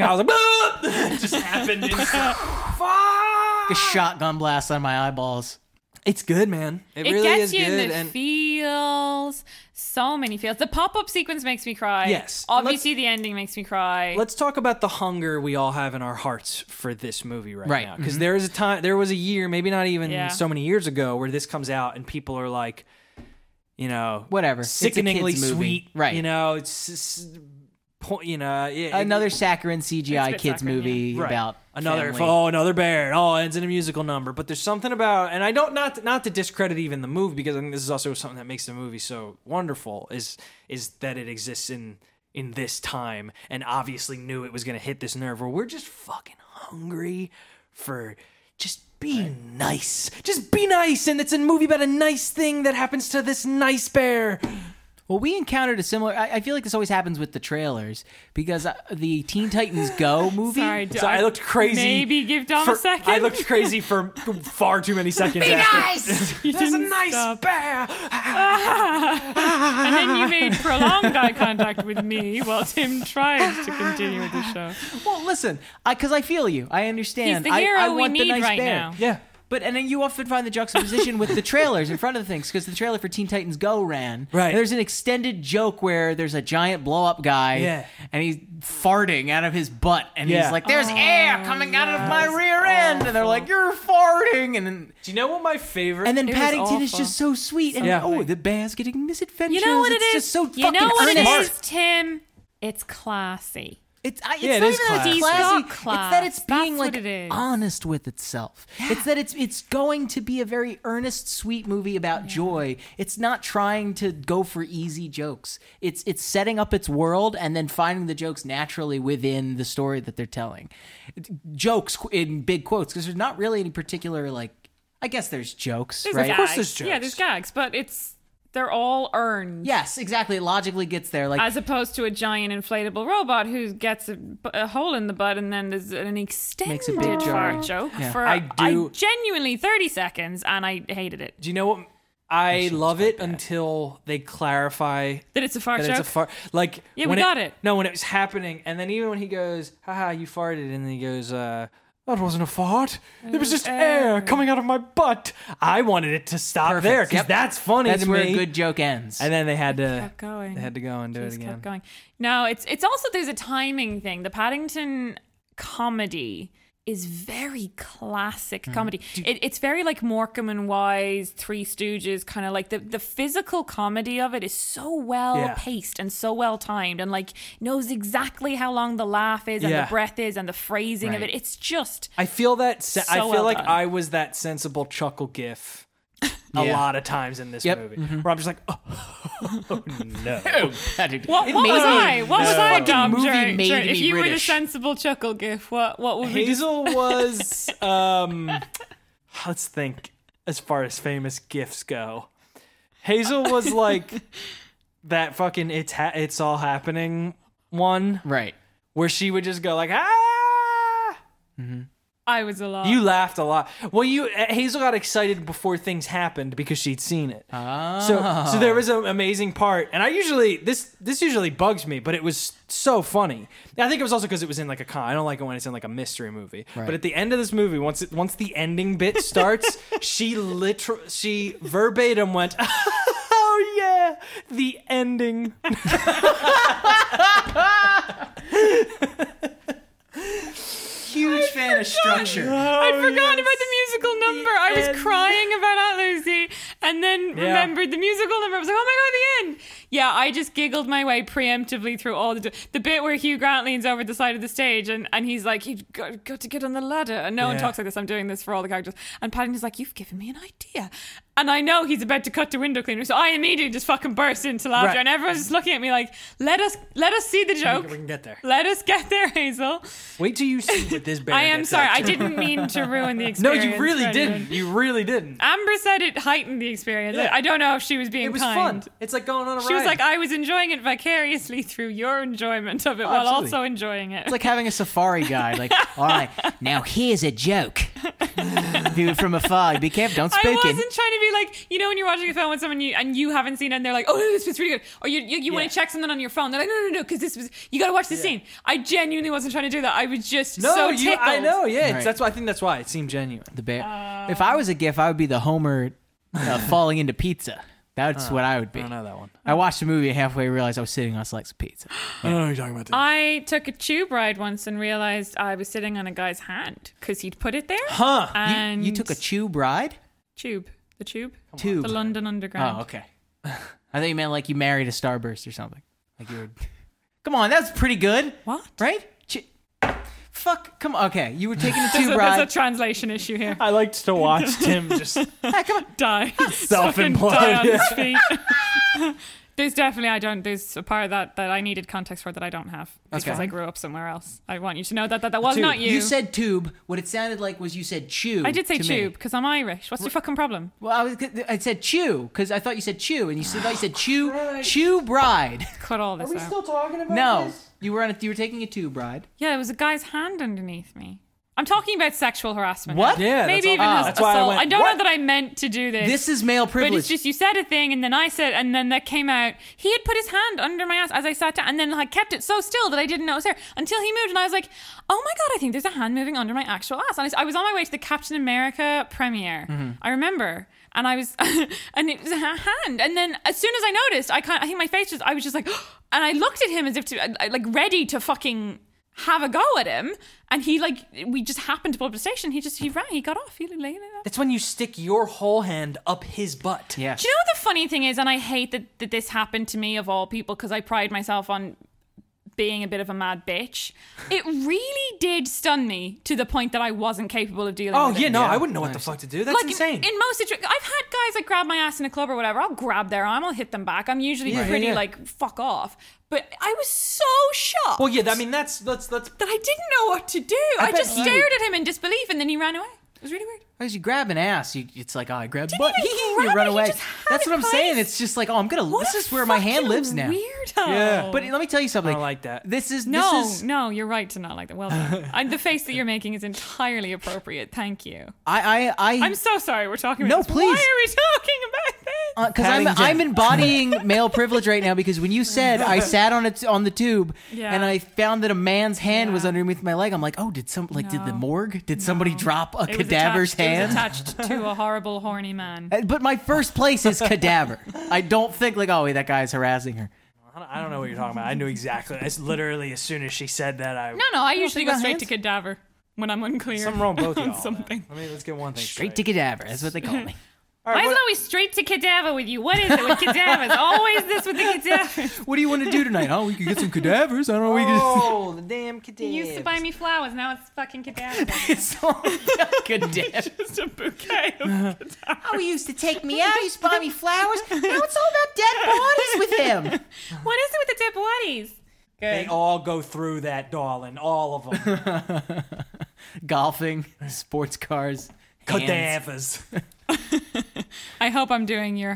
Speaker 1: I was like, it just happened. instant-
Speaker 2: a
Speaker 1: Fuck!
Speaker 2: shotgun blast on my eyeballs.
Speaker 1: It's good, man. It,
Speaker 3: it
Speaker 1: really
Speaker 3: gets
Speaker 1: is
Speaker 3: you
Speaker 1: good.
Speaker 3: in the
Speaker 1: and
Speaker 3: feels. So many feels. The pop up sequence makes me cry.
Speaker 1: Yes.
Speaker 3: Obviously, the ending makes me cry.
Speaker 1: Let's talk about the hunger we all have in our hearts for this movie right,
Speaker 2: Right. Mm-hmm.
Speaker 1: now. Because is a time, there was a year, maybe not even
Speaker 3: Yeah.
Speaker 1: so many years ago, where this comes out and people are like, you know,
Speaker 2: Whatever. It's a kid's
Speaker 1: sickeningly
Speaker 2: movie.
Speaker 1: sweet,
Speaker 2: Right.
Speaker 1: You know, it's, it's point, you know, yeah,
Speaker 2: Another saccharine
Speaker 3: It's
Speaker 2: CGI
Speaker 3: a bit
Speaker 2: kids
Speaker 3: saccharine,
Speaker 2: movie
Speaker 1: right.
Speaker 2: about
Speaker 1: another
Speaker 2: family.
Speaker 1: oh another bear. It all ends in a musical number, but there's something about, and I don't not to, not to discredit even the movie because I think this is also something that makes the movie so wonderful is is that it exists in in this time and obviously knew it was going to hit this nerve where we're just fucking hungry for just be nice. Just be nice and it's a movie about a nice thing that happens to this nice bear.
Speaker 2: Well, we encountered a similar. I, I feel like this always happens with the trailers because uh, the Teen Titans
Speaker 3: [laughs]
Speaker 2: Go movie.
Speaker 3: Sorry,
Speaker 1: So I looked crazy.
Speaker 3: Maybe give Dom
Speaker 1: for-
Speaker 3: a second.
Speaker 1: I looked crazy for
Speaker 3: [laughs]
Speaker 1: far too many seconds.
Speaker 2: Be
Speaker 1: after.
Speaker 2: nice!
Speaker 3: You
Speaker 1: There's a
Speaker 3: didn't
Speaker 1: nice [laughs]
Speaker 3: stop.
Speaker 1: bear.
Speaker 3: and then you made prolonged eye contact with me while Tim tried to continue with the show.
Speaker 2: well, listen, because I, feel you. I
Speaker 3: He's
Speaker 2: understand.
Speaker 3: the
Speaker 2: I-
Speaker 3: hero
Speaker 2: I,
Speaker 3: we
Speaker 2: want
Speaker 3: need
Speaker 2: the nice
Speaker 3: right
Speaker 2: bear.
Speaker 3: now.
Speaker 1: Yeah.
Speaker 2: But and then you often find the juxtaposition with
Speaker 3: [laughs]
Speaker 2: the trailers in front of the things because the trailer for Teen Titans Go ran.
Speaker 1: Right.
Speaker 2: And there's an extended joke where there's a giant blow up guy.
Speaker 1: Yeah.
Speaker 2: And he's farting out of his butt, and
Speaker 1: Yeah.
Speaker 2: he's like, "There's air coming out of my rear end," and they're like, "You're farting," and then
Speaker 1: Do you know what my favorite?
Speaker 2: And then
Speaker 3: It was
Speaker 2: Paddington is
Speaker 3: awful.
Speaker 2: just so sweet, and
Speaker 1: Yeah.
Speaker 2: oh, the bear's getting misadventures.
Speaker 3: You know what
Speaker 2: it's
Speaker 3: it is?
Speaker 2: Just so
Speaker 3: you know
Speaker 2: fucking
Speaker 3: what
Speaker 2: earnest.
Speaker 3: it is, Tim? It's classy.
Speaker 2: It's, I, it's
Speaker 1: Yeah, it
Speaker 2: not
Speaker 1: is
Speaker 2: even that it's
Speaker 1: class.
Speaker 2: classy.
Speaker 3: He's got
Speaker 2: It's that it's
Speaker 3: class.
Speaker 2: being
Speaker 3: That's
Speaker 2: like
Speaker 3: what it is.
Speaker 2: honest with itself. It's that it's it's going to be a very earnest, sweet movie about joy. It's not trying to go for easy jokes. It's it's setting up its world and then finding the jokes naturally within the story that they're telling. Jokes qu- in big quotes because there's not really any particular like. I guess there's jokes,
Speaker 3: There's
Speaker 2: right?
Speaker 3: gags.
Speaker 1: course there's
Speaker 3: Yeah,
Speaker 1: jokes.
Speaker 3: there's gags, but it's they're all earned.
Speaker 2: Yes, exactly. It logically gets there. Like
Speaker 3: As opposed to a giant inflatable robot who gets a, bu- a hole in the butt and then there's an extended
Speaker 2: a big jar.
Speaker 3: fart joke
Speaker 2: Yeah.
Speaker 3: for
Speaker 1: I do-
Speaker 3: genuinely 30 seconds and I hated it.
Speaker 1: Do you know what? I love it until they clarify
Speaker 3: That it's a fart
Speaker 1: that
Speaker 3: joke.
Speaker 1: it's a fart. Like
Speaker 3: Yeah, we
Speaker 1: when
Speaker 3: got it.
Speaker 1: No, when it was happening, and then even when he goes, "Haha, you farted," and then he goes, uh, "That wasn't a fart. It, was just air. coming out of my butt." I wanted it to stop
Speaker 2: Perfect.
Speaker 1: there because
Speaker 2: Yep.
Speaker 1: that's funny.
Speaker 2: That's
Speaker 1: to
Speaker 2: where
Speaker 1: me.
Speaker 2: a good joke ends.
Speaker 1: And then they had to
Speaker 3: kept going.
Speaker 1: they had to go and do
Speaker 3: Just
Speaker 1: it
Speaker 3: kept
Speaker 1: again.
Speaker 3: going. No, it's it's also there's a timing thing. The Paddington comedy is very classic
Speaker 1: Hmm.
Speaker 3: comedy. It, it's very like Morecambe and Wise, Three Stooges, kind of like the the physical comedy of it is so well
Speaker 1: Yeah.
Speaker 3: paced and so well timed, and like knows exactly how long the laugh is and
Speaker 1: Yeah.
Speaker 3: the breath is and the phrasing of
Speaker 2: Right.
Speaker 3: it. It's just
Speaker 1: I feel that. Se- I feel
Speaker 3: So well
Speaker 1: like
Speaker 3: done.
Speaker 1: I was that sensible chuckle gif. A
Speaker 2: Yeah.
Speaker 1: lot of times in this
Speaker 2: Yep.
Speaker 1: movie, where I'm just like, [laughs] oh, no,
Speaker 3: What, what was I? What was I, Dom?
Speaker 2: movie
Speaker 3: during-
Speaker 2: made
Speaker 3: during- if
Speaker 2: me
Speaker 3: you were the
Speaker 2: British.
Speaker 3: sensible chuckle gif, what what would we do?
Speaker 1: Hazel was. Um, let's think. As far as famous gifts go, Hazel was like that fucking it's ha- it's all happening one
Speaker 2: Right.
Speaker 1: where she would just go like ah.
Speaker 3: I was alive.
Speaker 1: You laughed a lot. Well, you uh, Hazel got excited before things happened because she'd seen it. So, so there was an amazing part, and I usually this this usually bugs me, but it was so funny. I think it was also because it was in like a con. I don't like it when it's in like a mystery movie. But at the end of this movie, once it, once the ending bit starts, she literal she verbatim went, [laughs] "Oh yeah, the ending." [laughs]
Speaker 2: Huge fan
Speaker 1: Oh,
Speaker 2: of structure.
Speaker 3: I'd forgotten about the musical number. I was
Speaker 1: end.
Speaker 3: crying about Aunt Lucy and then
Speaker 1: Yeah.
Speaker 3: remembered the musical number. I was like, oh my god, the end. Yeah, I just giggled my way preemptively through all the the bit where Hugh Grant leans over the side of the stage and, and he's like, you've got, got to get on the ladder. And no one
Speaker 1: Yeah.
Speaker 3: talks like this. I'm doing this for all the characters. And Paddington's like, you've given me an idea. And I know he's about to cut to window cleaner, so I immediately just fucking burst into laughter,
Speaker 1: Right.
Speaker 3: and everyone's just looking at me like, "Let us, let us see the joke.
Speaker 1: We can get there.
Speaker 3: Let us get there, Hazel."
Speaker 1: Wait till you see what this.
Speaker 3: I
Speaker 1: Bear
Speaker 3: am
Speaker 1: gets
Speaker 3: sorry.
Speaker 1: up [laughs]
Speaker 3: I
Speaker 1: to.
Speaker 3: didn't mean to ruin
Speaker 1: [laughs]
Speaker 3: the
Speaker 1: No,
Speaker 3: experience.
Speaker 1: you really
Speaker 3: Brendan.
Speaker 1: didn't. You really didn't.
Speaker 3: Amber said it heightened the experience.
Speaker 1: Yeah.
Speaker 3: I don't know if she was being
Speaker 1: It was
Speaker 3: kind.
Speaker 1: fun. It's like going on a ride.
Speaker 3: She was like, I was enjoying it vicariously through your enjoyment of it while
Speaker 2: absolutely.
Speaker 3: also enjoying it.
Speaker 2: It's like having a safari guide.
Speaker 3: [laughs]
Speaker 2: Like, all right, now here's a joke. View it from afar. Be careful. Don't
Speaker 3: I
Speaker 2: spook
Speaker 3: wasn't
Speaker 2: it.
Speaker 3: trying to be like, you know, when you're watching a film with someone you, and you haven't seen it and they're like, oh, no, this was really good. Or you, you,
Speaker 1: Yeah.
Speaker 3: you want to check something on your phone. They're like, no, no, no, because this was, you got to watch this scene. I genuinely wasn't trying to do that. I was just
Speaker 1: No,
Speaker 3: so
Speaker 1: you,
Speaker 3: tickled.
Speaker 1: I know. Yeah, it's
Speaker 2: Right.
Speaker 1: that's why I think that's why it seemed genuine.
Speaker 2: The bear.
Speaker 3: Uh,
Speaker 2: if I was a GIF, I would be the Homer uh, falling into pizza. That's what I would be.
Speaker 1: I don't know that one.
Speaker 2: I watched the movie and halfway realized I was sitting on Select's pizza.
Speaker 1: I don't know what you're talking about.
Speaker 3: I took a tube ride once and realized I was sitting on a guy's hand because he'd put it there.
Speaker 1: huh?
Speaker 2: You,
Speaker 3: And
Speaker 2: you took a tube ride?
Speaker 3: tube. The tube?
Speaker 2: Tube.
Speaker 3: The London Underground.
Speaker 1: Ah,
Speaker 2: Oh,
Speaker 3: [laughs]
Speaker 2: okay. [laughs] I thought you meant like you married a starburst or something. Like you were. [laughs] Come on, that's pretty good,
Speaker 3: What?
Speaker 2: right? Ch- Fuck. Come on. Okay, you were
Speaker 3: [laughs]
Speaker 2: taking a
Speaker 3: There's
Speaker 2: tube
Speaker 3: a, there's a
Speaker 2: ride.
Speaker 3: translation issue
Speaker 2: [laughs]
Speaker 3: here.
Speaker 1: I liked to [laughs] watch Tim just
Speaker 2: Ah, come on.
Speaker 3: Die. Fucking
Speaker 1: Self-employed,
Speaker 3: Die
Speaker 2: [laughs]
Speaker 3: on his feet. [laughs] there's definitely, I don't, there's a part of that that I needed context for that I don't have because
Speaker 2: Okay.
Speaker 3: I grew up somewhere else. I want you to know that that, that was
Speaker 1: Tube.
Speaker 3: not you.
Speaker 2: You said tube. What it sounded like was you said chew.
Speaker 3: I did say
Speaker 2: to me.
Speaker 3: tube because I'm Irish. What's your fucking problem?
Speaker 2: Well, I was. I said chew because I thought you said chew, and you said thought you
Speaker 3: [sighs]
Speaker 2: said chew chew bride.
Speaker 3: Cut all this out.
Speaker 1: talking about
Speaker 2: No, you were on. A, you were taking a tube bride.
Speaker 3: yeah, there was a guy's hand underneath me. I'm talking about sexual harassment.
Speaker 2: What?
Speaker 3: now.
Speaker 1: Yeah, that's
Speaker 3: Maybe
Speaker 1: all-
Speaker 3: even
Speaker 1: Ah.
Speaker 3: as
Speaker 1: That's why I
Speaker 3: assault. I,
Speaker 1: went,
Speaker 3: don't
Speaker 1: "What?"
Speaker 3: know that I meant to do this.
Speaker 2: This is male privilege.
Speaker 3: But it's just you said a thing, and then I said, and then that came out. He had put his hand under my ass as I sat down, and then like kept it so still that I didn't know it was there until he moved, and I was like, "Oh my god, I think there's a hand moving under my actual ass." And I, I was on my way to the Captain America premiere. I remember, and I was, [laughs] and it was a ha- hand. And then as soon as I noticed, I kind, I think my face just, I was just like, [gasps] and I looked at him as if to, uh, like, ready to fucking have a go at him, and he like, we just happened to pull up to the station. He just, he ran, he got off, he laid it
Speaker 1: That's when you stick your whole hand up his butt.
Speaker 2: yeah.
Speaker 3: do you know what the funny thing is? And I hate that, that this happened to me of all people because I pride myself on being a bit of a mad bitch. It really did stun me to the point that I wasn't capable of dealing
Speaker 1: Oh
Speaker 3: with
Speaker 1: yeah,
Speaker 3: it.
Speaker 1: no,
Speaker 2: Yeah.
Speaker 1: I wouldn't know what the fuck to do. That's
Speaker 3: Like
Speaker 1: insane.
Speaker 3: In, in most situations, I've had guys like grab my ass in a club or whatever. I'll grab their arm, I'll hit them back. I'm usually
Speaker 1: Yeah,
Speaker 3: pretty
Speaker 1: yeah.
Speaker 3: like fuck off. But I was so shocked
Speaker 1: well, yeah, I mean that's that's that's.
Speaker 3: that I didn't know what to do. I,
Speaker 1: bet
Speaker 3: just
Speaker 1: you-
Speaker 3: stared at him in disbelief, and then he ran away. It was really weird.
Speaker 2: Because you grab an ass, you, it's like, oh, I grabbed butt. [laughs]
Speaker 3: even
Speaker 2: you
Speaker 3: grab it,
Speaker 2: run
Speaker 3: he
Speaker 2: away.
Speaker 3: just had
Speaker 2: That's
Speaker 3: it
Speaker 2: what I'm saying.
Speaker 3: placed.
Speaker 2: It's just like, oh, I'm gonna.
Speaker 3: What
Speaker 2: this
Speaker 3: a
Speaker 2: is where my hand
Speaker 3: fucking
Speaker 2: lives now.
Speaker 3: Weirdo.
Speaker 1: Yeah.
Speaker 2: But let me tell you something.
Speaker 1: I don't like that.
Speaker 2: This is
Speaker 3: No,
Speaker 2: This is,
Speaker 3: no, you're right to not like that.
Speaker 2: [laughs]
Speaker 3: Well done. and the face that you're making is entirely appropriate. Thank you.
Speaker 2: I, I, I.
Speaker 3: I'm so sorry we're talking about
Speaker 2: No,
Speaker 3: this.
Speaker 2: please. Uh,
Speaker 3: Why are we talking about
Speaker 2: because I'm
Speaker 1: Paddington.
Speaker 2: I'm embodying [laughs] male privilege right now because when you said
Speaker 3: [laughs]
Speaker 2: I sat on it on the tube
Speaker 3: Yeah.
Speaker 2: and I found that a man's hand was
Speaker 3: Yeah.
Speaker 2: underneath my leg, I'm like, oh, did some like did the
Speaker 3: No.
Speaker 2: morgue? Did somebody drop a
Speaker 3: It was
Speaker 2: cadaver's
Speaker 3: attached-
Speaker 2: hand?
Speaker 3: It was attached to a horrible, horny man.
Speaker 2: Uh, But my first place is
Speaker 1: [laughs]
Speaker 2: cadaver. I don't think like, oh, wait, that guy's harassing her.
Speaker 1: I don't- I don't know what you're talking about. I knew exactly. It's literally as soon as she said that, I.
Speaker 3: No, no, I
Speaker 2: think
Speaker 3: usually go
Speaker 2: about
Speaker 3: straight
Speaker 2: hands.
Speaker 3: to cadaver when I'm unclear.
Speaker 1: Something wrong with both of [laughs]
Speaker 3: [laughs] on
Speaker 1: y'all.
Speaker 3: something.
Speaker 1: I mean, let's get one thing
Speaker 2: Straight to cadaver. That's what they call me.
Speaker 1: All
Speaker 3: Why
Speaker 1: right,
Speaker 3: is
Speaker 1: what-
Speaker 3: it always straight to cadaver with you? What is it with cadavers?
Speaker 2: [laughs]
Speaker 3: always this with the cadavers.
Speaker 2: what do you want to do tonight? Oh, we could get some cadavers. I
Speaker 1: [laughs]
Speaker 2: don't know. We could [laughs]
Speaker 1: Oh, the damn
Speaker 3: You
Speaker 1: cadavers.
Speaker 3: used to buy me flowers, now it's fucking cadaver.
Speaker 2: It's all cadaver.
Speaker 3: Just a bouquet of
Speaker 2: Oh, he used to take me out. He used to buy me flowers. Now it's all about dead bodies with him.
Speaker 3: What is it with the dead bodies?
Speaker 1: They all go through that, darling. All [laughs] of them.
Speaker 2: [laughs] Golfing, sports cars, hands.
Speaker 1: Cadavers.
Speaker 3: I hope I'm doing your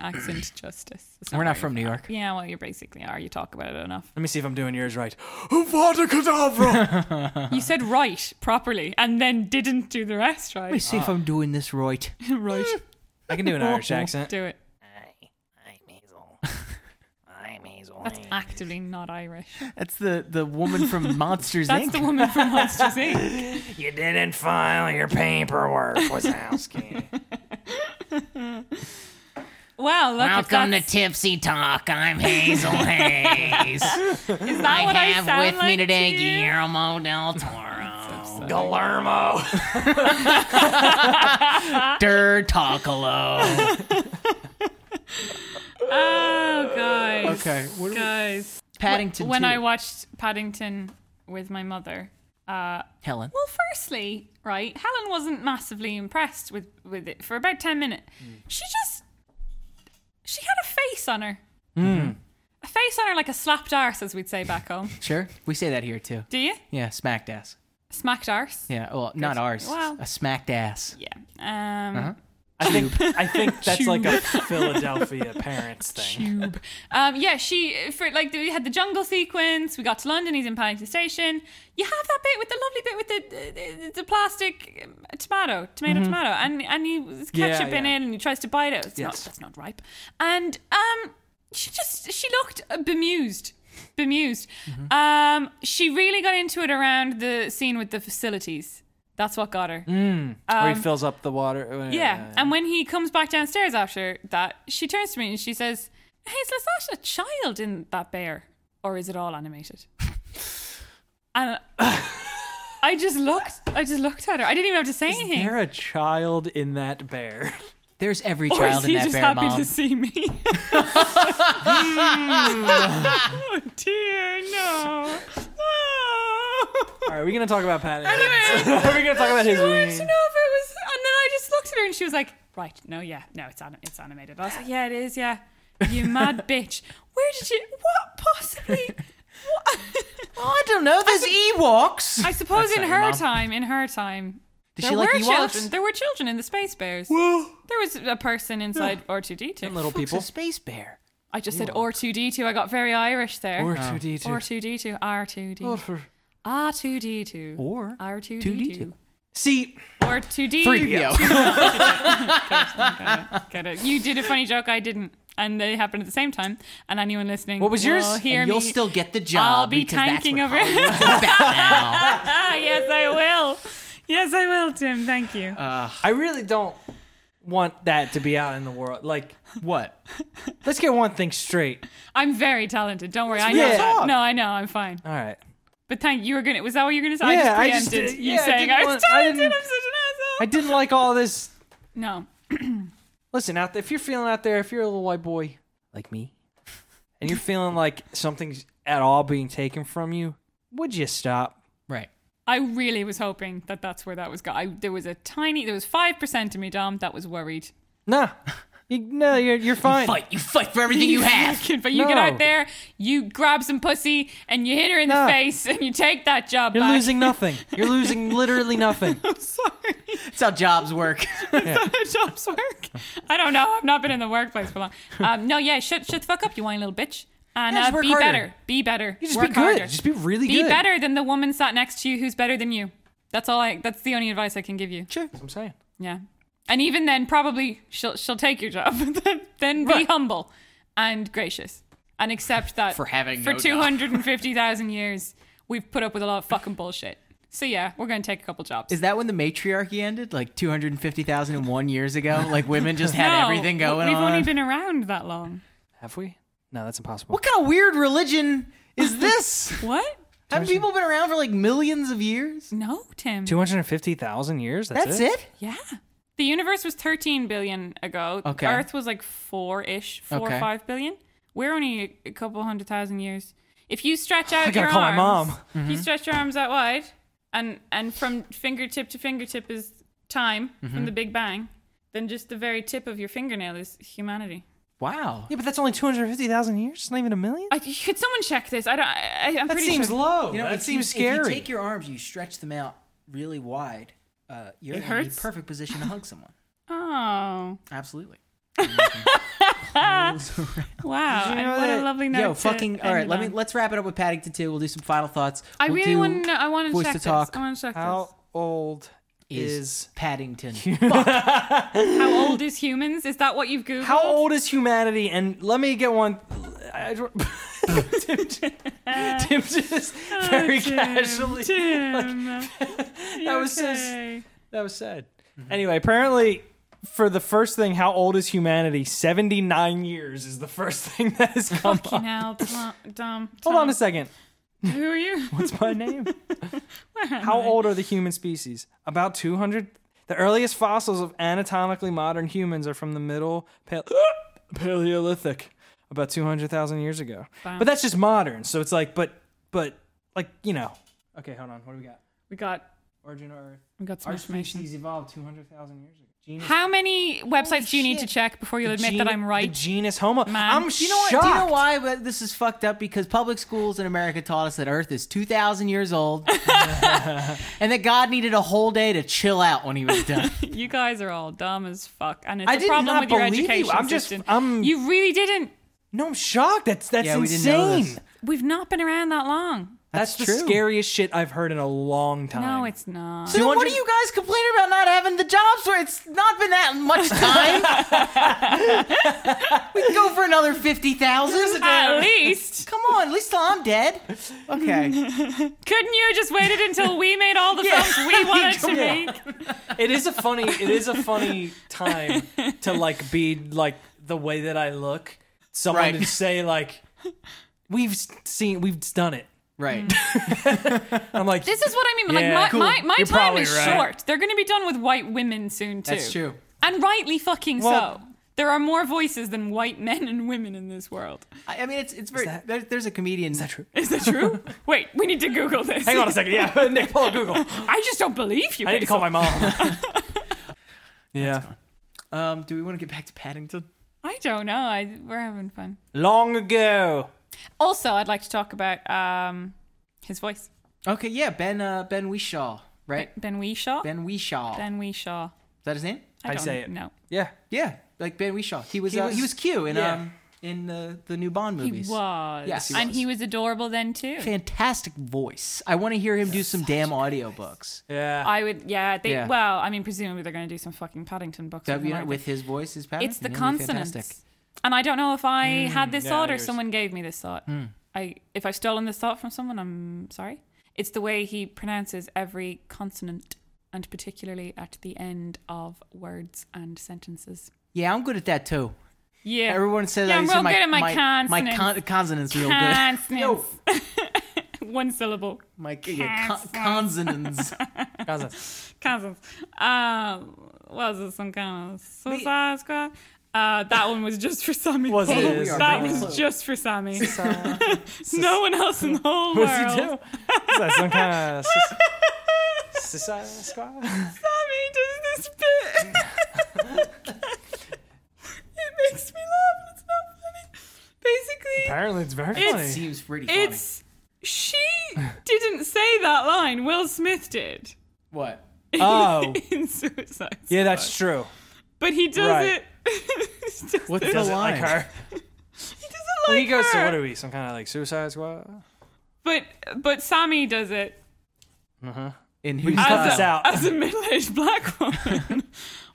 Speaker 2: [clears throat]
Speaker 3: accent justice. It's
Speaker 2: We're not
Speaker 3: very
Speaker 2: from New
Speaker 3: far.
Speaker 2: York.
Speaker 3: Yeah, well, you basically are. You talk about it enough.
Speaker 1: Let me see if I'm doing yours right. Vada
Speaker 4: [laughs]
Speaker 1: cadavra.
Speaker 2: Uh-huh.
Speaker 3: You said right properly and then didn't do the rest
Speaker 2: Let me
Speaker 3: right.
Speaker 2: see if I'm doing this [laughs] right.
Speaker 3: right.
Speaker 1: I can do an Irish accent.
Speaker 3: Do it.
Speaker 4: I'm [laughs] Hazel. I'm Hazel.
Speaker 3: That's actively not Irish.
Speaker 2: That's the, the woman [laughs] from Monsters
Speaker 3: That's
Speaker 2: Inc.
Speaker 3: the
Speaker 2: [laughs]
Speaker 3: woman from Monsters Inc.
Speaker 4: You didn't file your paperwork, Wazowski.
Speaker 3: Wow, look at
Speaker 4: [laughs] Welcome to
Speaker 3: that's-
Speaker 4: Tipsy Talk. I'm [laughs] Hazel Hayes.
Speaker 3: Is that what
Speaker 4: I
Speaker 3: I
Speaker 4: have
Speaker 3: sound
Speaker 4: with
Speaker 3: like
Speaker 4: me today
Speaker 3: to you?
Speaker 4: Guillermo [laughs] del Toro. [laughs] Guillermo.
Speaker 2: Der Tocolo.
Speaker 3: Oh, guys.
Speaker 2: okay. [laughs] What are we-
Speaker 3: Guys.
Speaker 2: Paddington.
Speaker 3: When
Speaker 2: two.
Speaker 3: I watched Paddington with my mother, uh,
Speaker 2: Helen.
Speaker 3: Well, firstly, right, Helen wasn't massively impressed with with it for about ten minutes. She just she had a face on her, a face on her like a slapped arse, as we'd say back home.
Speaker 2: Sure. We say that here too.
Speaker 3: Do you
Speaker 2: Yeah, smacked ass.
Speaker 3: smacked arse?
Speaker 2: Yeah, well, not ours.
Speaker 3: Wow.
Speaker 2: A smacked ass.
Speaker 3: Yeah. Um,
Speaker 1: I think I think that's like a Philadelphia parents thing.
Speaker 3: Cube. Um, yeah, she for like we had the jungle sequence. We got to London. He's in Paddington Station. You have that bit with the lovely bit with the the, the plastic um, tomato, tomato, tomato, and and he was
Speaker 1: Mm-hmm. Yeah,
Speaker 3: ketchup in
Speaker 1: yeah.
Speaker 3: it, and he tries to bite it. It's
Speaker 1: Yes.
Speaker 3: not that's not ripe. And um, she just she looked uh, bemused. Bemused.
Speaker 1: Mm-hmm.
Speaker 3: Um, she really got into it around the scene with the facilities. That's what got her.
Speaker 1: Where he fills up the water. Oh,
Speaker 3: Yeah. And when he comes back downstairs after that, she turns to me and she says, Hazel, is that a child in that bear? Or is it
Speaker 2: [laughs]
Speaker 3: all animated? and I just looked I just looked at her. I didn't even have to say
Speaker 1: Is
Speaker 3: anything.
Speaker 1: there a child in that bear? [laughs]
Speaker 2: There's every
Speaker 3: Or
Speaker 2: child
Speaker 3: is
Speaker 2: in
Speaker 3: he
Speaker 2: that
Speaker 3: just
Speaker 2: bear,
Speaker 3: happy
Speaker 2: mom.
Speaker 3: to see me? oh dear,
Speaker 2: [laughs]
Speaker 3: [laughs] no.
Speaker 1: All right, we're gonna talk about Paddington.
Speaker 2: [laughs]
Speaker 3: Anyway,
Speaker 1: [laughs] we're gonna talk about his
Speaker 3: she wanted
Speaker 1: wing.
Speaker 3: to know if it was, and then I just looked at her and she was like, "Right, no, yeah, no, it's anim- it's animated." I was like, "Yeah, it is, yeah." You mad bitch. Where did you? What possibly? What?
Speaker 2: Oh, I don't know. There's Ewoks.
Speaker 3: I suppose in
Speaker 2: not your
Speaker 3: her
Speaker 2: mom.
Speaker 3: time, in her time,
Speaker 2: Did
Speaker 3: there
Speaker 2: she
Speaker 3: were
Speaker 2: like Ewoks?
Speaker 3: children. There were children in the space bears. There was a person inside R2D2.
Speaker 1: Little
Speaker 2: Fuck's
Speaker 1: people.
Speaker 2: a space bear.
Speaker 3: I just said R2D2. I got very Irish there.
Speaker 1: Or two D two.
Speaker 3: R2D2. R2D2. R2D2.
Speaker 2: Or
Speaker 3: R2D2.
Speaker 1: See,
Speaker 3: Or 2D.
Speaker 2: Freebio.
Speaker 3: Get it. You did a funny joke, I didn't. And they happened at the same time. And anyone listening
Speaker 1: What was yours?
Speaker 3: will hear
Speaker 2: And you'll
Speaker 3: me.
Speaker 2: still get the job.
Speaker 3: I'll be
Speaker 2: because that's
Speaker 3: tanking
Speaker 2: what
Speaker 3: over- [laughs]
Speaker 2: Hollywood's about now.
Speaker 3: ah, [laughs] yes, I will. Yes, I will, Tim. Thank you.
Speaker 1: I really don't want that to be out in the world. Like,
Speaker 2: What?
Speaker 1: let's get one thing straight.
Speaker 3: I'm very talented. Don't worry. I know.
Speaker 1: real
Speaker 3: that.
Speaker 1: talk.
Speaker 3: No, I know. I'm fine.
Speaker 1: All right.
Speaker 3: But thank you. Were gonna. Was that what you were gonna say?
Speaker 1: Yeah,
Speaker 3: I
Speaker 1: I
Speaker 3: just
Speaker 1: just-
Speaker 3: preempted you
Speaker 1: yeah, I
Speaker 3: saying
Speaker 1: didn't
Speaker 3: I was
Speaker 1: want- I
Speaker 3: talented.
Speaker 1: didn't-
Speaker 3: I'm such an asshole.
Speaker 1: I didn't like all this.
Speaker 3: no.
Speaker 1: Listen, out there, if you're feeling out there, if you're a little white boy like me, and you're feeling like something's at all being taken from you, would you stop?
Speaker 2: Right.
Speaker 3: I really was hoping that that's where that was going. I, there was a tiny, there was 5% of me, Dom, that was worried.
Speaker 1: Nah. You, no, you're, you're fine.
Speaker 2: Fight. You fight for everything
Speaker 3: [laughs]
Speaker 4: [laughs]
Speaker 2: you have.
Speaker 3: but you get
Speaker 1: No.
Speaker 3: out there, you grab some pussy, and you hit her in
Speaker 1: No.
Speaker 3: the face, and you take that job
Speaker 1: You're
Speaker 3: back.
Speaker 1: losing nothing. You're
Speaker 2: [laughs]
Speaker 1: losing literally nothing.
Speaker 3: [laughs] Sorry,
Speaker 2: That's how jobs work.
Speaker 3: jobs work. I don't know. I've not been in the workplace for long. Um, no, yeah, shut, shut the fuck up, you whiny little bitch. And
Speaker 2: Yeah, just
Speaker 3: uh,
Speaker 2: work
Speaker 3: be
Speaker 2: harder.
Speaker 3: better. Be better.
Speaker 1: You just
Speaker 3: work
Speaker 1: be good.
Speaker 3: harder.
Speaker 1: Just be really
Speaker 3: Be
Speaker 1: good.
Speaker 3: better than the woman sat next to you who's better than you. That's all I. That's the only advice I can give you.
Speaker 1: Sure. That's what I'm saying.
Speaker 3: Yeah. And even then, probably she'll she'll take your job. [laughs] then then be humble and gracious and accept that
Speaker 2: For having
Speaker 3: for
Speaker 2: no job.
Speaker 3: two hundred and fifty thousand years we've put up with a lot of fucking bullshit. So yeah, we're gonna take a couple
Speaker 2: [laughs]
Speaker 3: jobs.
Speaker 2: Is that when the matriarchy ended? Like 250,001 years ago? Like women just had
Speaker 3: [laughs] No,
Speaker 2: everything going
Speaker 3: We've
Speaker 2: on?
Speaker 3: only been around that long.
Speaker 1: Have we? No, that's impossible.
Speaker 2: what kind of weird religion
Speaker 3: [laughs]
Speaker 2: is this?
Speaker 3: What?
Speaker 2: Have people been around for like millions of years?
Speaker 3: No, Tim.
Speaker 1: Two hundred and fifty thousand years. That's,
Speaker 2: That's it?
Speaker 3: Yeah. The universe was 13 billion ago.
Speaker 2: Okay.
Speaker 3: Earth was like four ish, four
Speaker 2: Okay.
Speaker 3: or five billion. We're only a, a couple hundred thousand years. If you stretch out
Speaker 1: gotta
Speaker 3: your
Speaker 1: call my
Speaker 3: arms,
Speaker 1: mom.
Speaker 3: if you
Speaker 2: Mm-hmm.
Speaker 3: stretch your arms out wide, and and from fingertip to fingertip is time
Speaker 2: Mm-hmm.
Speaker 3: from the Big Bang, then just the very tip of your fingernail is humanity.
Speaker 2: Wow.
Speaker 1: Yeah, but that's only two hundred fifty thousand years. It's not even a million.
Speaker 3: I, could someone check this? I don't. I, I'm
Speaker 1: that
Speaker 3: pretty
Speaker 1: seems
Speaker 3: sure.
Speaker 1: low. that
Speaker 2: if
Speaker 1: seems
Speaker 2: you- If
Speaker 1: scary.
Speaker 2: you take your arms, you stretch them out really wide. Uh, you're
Speaker 3: It
Speaker 2: in
Speaker 3: hurts?
Speaker 2: the perfect position to hug [laughs] someone.
Speaker 3: oh
Speaker 2: Absolutely.
Speaker 3: wow!
Speaker 1: Did you
Speaker 3: and
Speaker 1: know
Speaker 3: what a
Speaker 1: that-
Speaker 3: lovely note.
Speaker 2: Yo,
Speaker 3: to
Speaker 2: fucking. All
Speaker 3: end
Speaker 2: right,
Speaker 3: it
Speaker 2: let me
Speaker 3: on.
Speaker 2: let's wrap it up with Paddington Two. We'll do some final thoughts.
Speaker 3: I
Speaker 2: We'll
Speaker 3: really
Speaker 2: do
Speaker 3: want to. I want to
Speaker 2: voice
Speaker 3: check
Speaker 2: to
Speaker 3: this.
Speaker 2: talk
Speaker 3: I want to check this.
Speaker 1: How old
Speaker 2: is [laughs]
Speaker 1: is?
Speaker 2: Paddington.
Speaker 3: How old is humans? Is that what you've googled?
Speaker 1: How old is humanity? And let me get one. I, Tim, just- Tim just
Speaker 3: Oh,
Speaker 1: very casually. [laughs] that was so s-
Speaker 3: Okay.
Speaker 1: that was sad. Anyway, apparently, for the first thing, how old is humanity? Seventy nine years is the first thing that has come [laughs]
Speaker 3: Fucking
Speaker 1: up.
Speaker 3: hell, Tom. Tom
Speaker 1: Hold on a second.
Speaker 3: second. Who are you?
Speaker 1: What's my
Speaker 3: [laughs]
Speaker 1: name? How old are the human species? About 200. The earliest fossils of anatomically modern humans are from the middle pale- [gasps] Paleolithic, about 200,000 years ago. But that's just modern. So it's like, but, but, like, you know. Okay, hold on. What do we got?
Speaker 3: We got
Speaker 1: Origin of Earth.
Speaker 3: we got some
Speaker 1: Our
Speaker 3: information.
Speaker 1: species evolved 200,000 years ago. Genus,
Speaker 3: How many websites do you need to
Speaker 2: shit.
Speaker 3: check before you'll admit
Speaker 1: gen-
Speaker 3: that I'm
Speaker 1: The
Speaker 3: right?
Speaker 1: genus Homo.
Speaker 3: Man.
Speaker 1: I'm
Speaker 3: Do
Speaker 2: Do you know what?
Speaker 1: shocked.
Speaker 2: Do you know why but this is fucked up? Because public schools in America taught us that Earth is two thousand years [laughs] old, and that God needed a whole day to chill out when He was [laughs] done.
Speaker 3: [laughs] You guys are all dumb as fuck, and it's
Speaker 1: I
Speaker 3: a
Speaker 1: did
Speaker 3: problem
Speaker 1: not
Speaker 3: with your
Speaker 1: believe you.
Speaker 3: education
Speaker 1: I'm just- um,
Speaker 3: system.
Speaker 1: I'm-
Speaker 3: You really didn't.
Speaker 1: No, I'm shocked. That's, that's
Speaker 2: Yeah, we didn't
Speaker 1: insane.
Speaker 2: know this.
Speaker 3: We've not been around that long.
Speaker 1: That's,
Speaker 2: That's
Speaker 1: the
Speaker 2: true.
Speaker 1: scariest shit I've heard in a long time.
Speaker 3: No,
Speaker 1: [laughs]
Speaker 3: it's not.
Speaker 2: So what
Speaker 1: 200
Speaker 2: are you guys complaining about not having the jobs where it's not been that much time? [laughs] we can go for another fifty [laughs] thousand.
Speaker 3: At least,
Speaker 2: Come on, at least till I'm dead. [laughs] Okay.
Speaker 3: couldn't you have just waited until we made all the
Speaker 2: Yeah.
Speaker 1: [laughs]
Speaker 3: films we wanted to
Speaker 1: Yeah.
Speaker 3: make?
Speaker 1: it is a funny it is a funny time to like be like the way that I look. Someone
Speaker 2: Right.
Speaker 1: to say like we've seen we've done it.
Speaker 2: Right.
Speaker 1: I'm like
Speaker 3: This is what I mean.
Speaker 1: Yeah,
Speaker 3: like
Speaker 1: cool.
Speaker 3: my, my, my
Speaker 1: You're
Speaker 3: time
Speaker 1: probably
Speaker 3: is
Speaker 1: right.
Speaker 3: short. They're going to be done with white women soon too.
Speaker 2: That's true.
Speaker 3: and rightly fucking
Speaker 1: Well-
Speaker 3: so. There are more voices than white men and women in this world.
Speaker 2: I, I mean, it's it's very.
Speaker 1: that-
Speaker 2: there, there's a comedian. Is that true?
Speaker 3: Is that
Speaker 1: [laughs]
Speaker 3: true? Wait, we need to Google this.
Speaker 1: hang on a second. Yeah, [laughs] Nick, pull up Google.
Speaker 3: I just don't believe you.
Speaker 1: I need to call my
Speaker 3: [laughs]
Speaker 1: mom. [laughs] yeah.
Speaker 2: Um, do we want to get back to Paddington?
Speaker 3: I don't know. I, we're having fun.
Speaker 1: Long ago.
Speaker 3: Also, I'd like to talk about um, his voice,
Speaker 2: Okay, yeah, Ben uh, Ben Weeshaw, right?
Speaker 3: Ben Weeshaw.
Speaker 2: Ben Weeshaw.
Speaker 3: Ben Weeshaw.
Speaker 2: Is that his name?
Speaker 3: I,
Speaker 1: I
Speaker 3: don't
Speaker 1: say it.
Speaker 3: know.
Speaker 1: Yeah.
Speaker 2: Yeah, like Ben Weeshaw. He was
Speaker 1: He
Speaker 2: uh,
Speaker 1: was-
Speaker 2: he was Q in
Speaker 1: yeah.
Speaker 2: um in the the new Bond
Speaker 3: He
Speaker 2: movies.
Speaker 3: was.
Speaker 2: Yes, he
Speaker 3: and
Speaker 2: was.
Speaker 3: he was adorable then too.
Speaker 2: Fantastic voice. I want to hear him do some damn audiobooks.
Speaker 1: Yeah.
Speaker 3: I would. Yeah. They.
Speaker 2: Yeah.
Speaker 3: Well, I mean, presumably they're going to do some fucking Paddington books.
Speaker 2: That'd
Speaker 3: with
Speaker 2: be
Speaker 3: him,
Speaker 2: not
Speaker 3: aren't
Speaker 2: with his voice, his pattern.
Speaker 3: It's the
Speaker 2: consonant.
Speaker 3: consonants. And I don't know if I
Speaker 2: Hmm,
Speaker 3: had this
Speaker 1: yeah,
Speaker 3: thought or
Speaker 1: yours.
Speaker 3: someone gave me this thought. I if I've stolen this thought from someone, I'm sorry. It's the way he pronounces every consonant and particularly at the end of words and sentences.
Speaker 2: Yeah, I'm good at that too.
Speaker 3: Yeah.
Speaker 2: Everyone says
Speaker 3: Yeah,
Speaker 2: I
Speaker 3: I'm
Speaker 2: used to-
Speaker 3: real
Speaker 2: my,
Speaker 3: good at my
Speaker 2: My con-
Speaker 3: consonants.
Speaker 2: consonants real good.
Speaker 3: consonants.
Speaker 2: [laughs]
Speaker 3: One syllable.
Speaker 2: My yeah, con-
Speaker 3: [laughs]
Speaker 2: consonants.
Speaker 3: Consonants. Um what was it? Some kind of suicide squad? Uh, that one was just for Sammy.
Speaker 1: Was it?
Speaker 2: We are
Speaker 3: That
Speaker 2: bringing
Speaker 3: was
Speaker 2: close.
Speaker 3: just for Sammy. [laughs] no one else in the whole
Speaker 1: What's
Speaker 3: world.
Speaker 1: he do? Is that some kind of society squad?
Speaker 3: [laughs] Sammy does this bit. [laughs] it makes me laugh. It's not funny. Basically,
Speaker 1: Apparently it's very
Speaker 3: It's-
Speaker 1: funny.
Speaker 2: Seems pretty funny.
Speaker 3: it's she didn't say that line. Will Smith did [laughs]
Speaker 2: [laughs] what?
Speaker 1: oh.
Speaker 3: in Suicide.
Speaker 1: Yeah,
Speaker 3: Squad.
Speaker 1: that's true.
Speaker 3: But he does
Speaker 1: right.
Speaker 3: it. [laughs] it's just-
Speaker 2: What's
Speaker 3: he
Speaker 2: the
Speaker 3: doesn't
Speaker 1: Doesn't like
Speaker 2: line?
Speaker 1: her.
Speaker 3: like
Speaker 1: he goes
Speaker 3: her.
Speaker 1: to what are we? Some kind of like suicide squad?
Speaker 3: But but Sammy does it
Speaker 2: In who's
Speaker 1: Cut
Speaker 3: as
Speaker 1: this
Speaker 3: a, [laughs]
Speaker 1: out.
Speaker 3: as a middle-aged black woman. [laughs]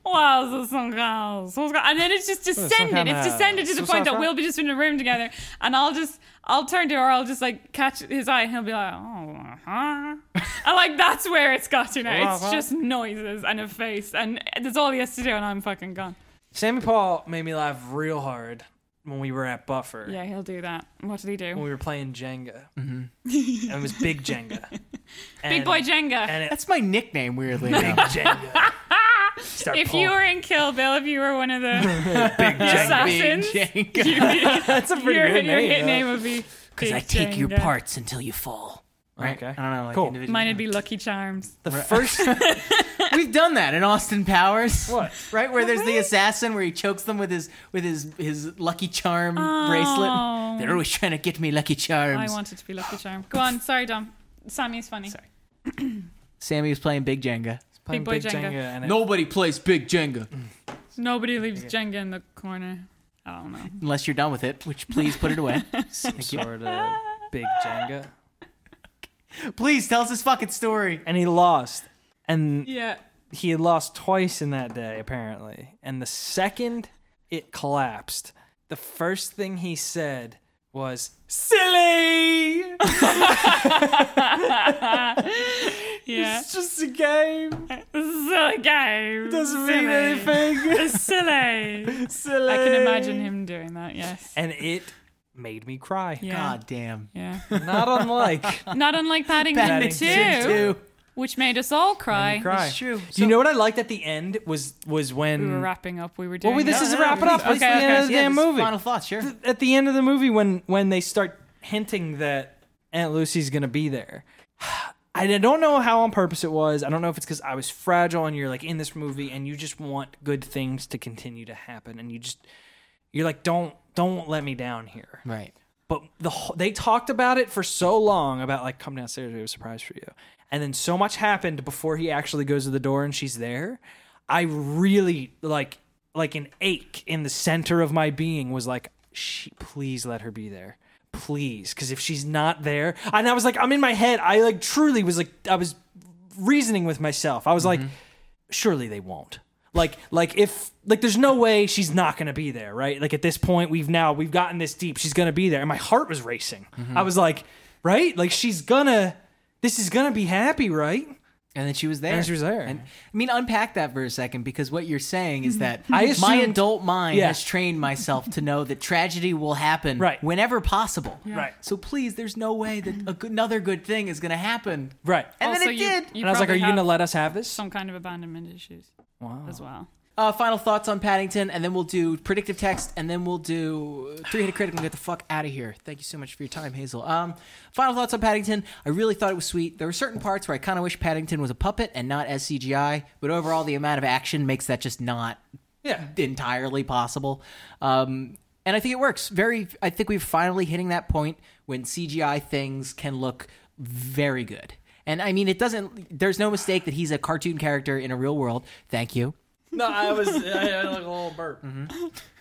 Speaker 3: wow, so some girls, so some girls. and then it's just descended. It's
Speaker 1: kinda-
Speaker 3: descended to the
Speaker 1: so
Speaker 3: point that
Speaker 1: sorry.
Speaker 3: we'll be just in a room together, and I'll just, I'll turn to her, I'll just like catch his eye, and he'll be like, oh, huh? and like that's where it's got to now. It's just noises and a face, and that's all he has to do, and I'm fucking gone.
Speaker 1: Sammy Paul made me laugh real hard when we were at Buffer.
Speaker 3: Yeah, he'll do that. What did he do?
Speaker 1: When we were playing Jenga.
Speaker 3: [laughs]
Speaker 1: Mm-hmm. and it was Big Jenga.
Speaker 3: Big
Speaker 1: And-
Speaker 3: boy Jenga.
Speaker 1: And it,
Speaker 2: That's my
Speaker 1: [laughs]
Speaker 2: nickname, weirdly enough.
Speaker 1: Jenga. Start
Speaker 3: if you
Speaker 1: pulling.
Speaker 3: were in Kill Bill, if you were one
Speaker 1: [laughs]
Speaker 3: of the assassins,
Speaker 2: Jenga.
Speaker 3: you'd be-
Speaker 1: That's a pretty
Speaker 3: your,
Speaker 1: good
Speaker 3: your
Speaker 1: name.
Speaker 3: hit
Speaker 1: yeah.
Speaker 3: name would be.
Speaker 2: Because I
Speaker 3: Big
Speaker 2: take your
Speaker 3: Jenga.
Speaker 2: parts until you fall. Right?
Speaker 1: Okay.
Speaker 2: I don't know. Like
Speaker 1: Cool.
Speaker 2: individual-
Speaker 3: Mine would be Lucky Charms.
Speaker 1: The first
Speaker 2: [laughs] We've done that in Austin Powers.
Speaker 1: What?
Speaker 2: Right where there's the
Speaker 3: Really?
Speaker 2: assassin where he chokes them with his with his his Lucky Charm
Speaker 3: Oh.
Speaker 2: bracelet. They're always trying to get me Lucky
Speaker 3: I
Speaker 2: Charms.
Speaker 3: wanted to be Lucky Charm. Go on, sorry, Dom. Sammy's funny.
Speaker 2: Sorry. Sammy was playing Big Jenga.
Speaker 1: playing
Speaker 3: Big boy
Speaker 1: Big Jenga.
Speaker 3: Jenga.
Speaker 1: and it,
Speaker 2: Nobody plays Big Jenga
Speaker 3: Nobody leaves Jenga in the corner. I don't know.
Speaker 2: unless you're done with it, which please put it
Speaker 1: [laughs]
Speaker 2: away. Thank you.
Speaker 1: sort of Big Jenga.
Speaker 2: Please tell us this fucking story.
Speaker 1: And he lost. And
Speaker 3: Yeah.
Speaker 1: he had lost twice in that day apparently and the second it collapsed the first thing he said was silly
Speaker 3: [laughs] Yeah.
Speaker 1: [laughs] it's just a game it
Speaker 3: This is a game.
Speaker 1: doesn't
Speaker 3: Silly.
Speaker 1: mean anything
Speaker 3: It's [laughs] silly.
Speaker 1: silly
Speaker 3: I can imagine him doing that, yes.
Speaker 1: and it made me cry
Speaker 3: Yeah.
Speaker 2: God damn.
Speaker 3: Yeah.
Speaker 1: [laughs] not unlike
Speaker 3: [laughs] Not unlike Paddington,
Speaker 1: Paddington
Speaker 3: 2,
Speaker 1: two.
Speaker 3: which made us all
Speaker 1: made
Speaker 3: cry.
Speaker 1: me cry
Speaker 2: It's true.
Speaker 1: you
Speaker 2: So-
Speaker 1: know what i liked at the end was was when
Speaker 3: We were wrapping up. We were doing
Speaker 1: well, wait, this
Speaker 3: that.
Speaker 1: is
Speaker 2: no,
Speaker 1: wrapping up.
Speaker 2: please,
Speaker 1: This is
Speaker 3: okay,
Speaker 1: the end
Speaker 3: okay.
Speaker 1: of the
Speaker 2: Yeah,
Speaker 1: damn
Speaker 2: this is
Speaker 1: movie.
Speaker 2: Final thoughts, sure.
Speaker 1: at the end of the movie when when they start hinting that Aunt Lucy's gonna be there. [sighs] I don't know how on purpose it was. I don't know if it's because I was fragile and you're like in this movie and you just want good things to continue to happen and you just you're like don't don't let me down here.
Speaker 2: Right.
Speaker 1: But the wh- they talked about it for so long about like come downstairs we have a surprise for you, and then so much happened before he actually goes to the door and she's there. I really like like an ache in the center of my being was like, she, please let her be there, please, because if she's not there, and I was like, I'm in my head. I like truly was like I was reasoning with myself. I was like, surely they won't. Like, like if like there's no way she's not gonna be there, right? Like at this point, we've now we've gotten this deep. She's gonna be there, and my heart was racing. I was like, right? Like she's gonna. This is gonna be happy, right?
Speaker 2: And then she was there.
Speaker 1: And she was there. Mm-hmm.
Speaker 2: And I mean, unpack that for a second because what you're saying is that
Speaker 1: I
Speaker 2: my
Speaker 1: assumed-
Speaker 2: adult mind
Speaker 1: Yeah.
Speaker 2: has trained myself to know that tragedy will happen
Speaker 1: Right.
Speaker 2: whenever possible.
Speaker 1: Right.
Speaker 2: So please, there's no way that a good, another good thing is going to happen.
Speaker 1: Right.
Speaker 2: And
Speaker 3: Also,
Speaker 2: then it
Speaker 3: you-
Speaker 2: did.
Speaker 3: you
Speaker 1: and I was like, are
Speaker 3: probably
Speaker 1: you gonna
Speaker 3: have
Speaker 1: let us have this?
Speaker 3: some kind of abandonment issues as well?
Speaker 2: Uh, final thoughts on Paddington, and then we'll do predictive text, and then we'll do uh, three headed critic and get the fuck out of here. Thank you so much for your time, Hazel. Um, final thoughts on Paddington. I really thought it was sweet. There were certain parts where I kind of wish Paddington was a puppet and not as CGI, but overall, the amount of action makes that just not
Speaker 1: Yeah.
Speaker 2: entirely possible. Um, and I think it works. Very. I think we're finally hitting that point when CGI things can look very good. And I mean, it doesn't. There's no mistake that he's a cartoon character in a real world. Thank you.
Speaker 1: No, I was I had like a little burp.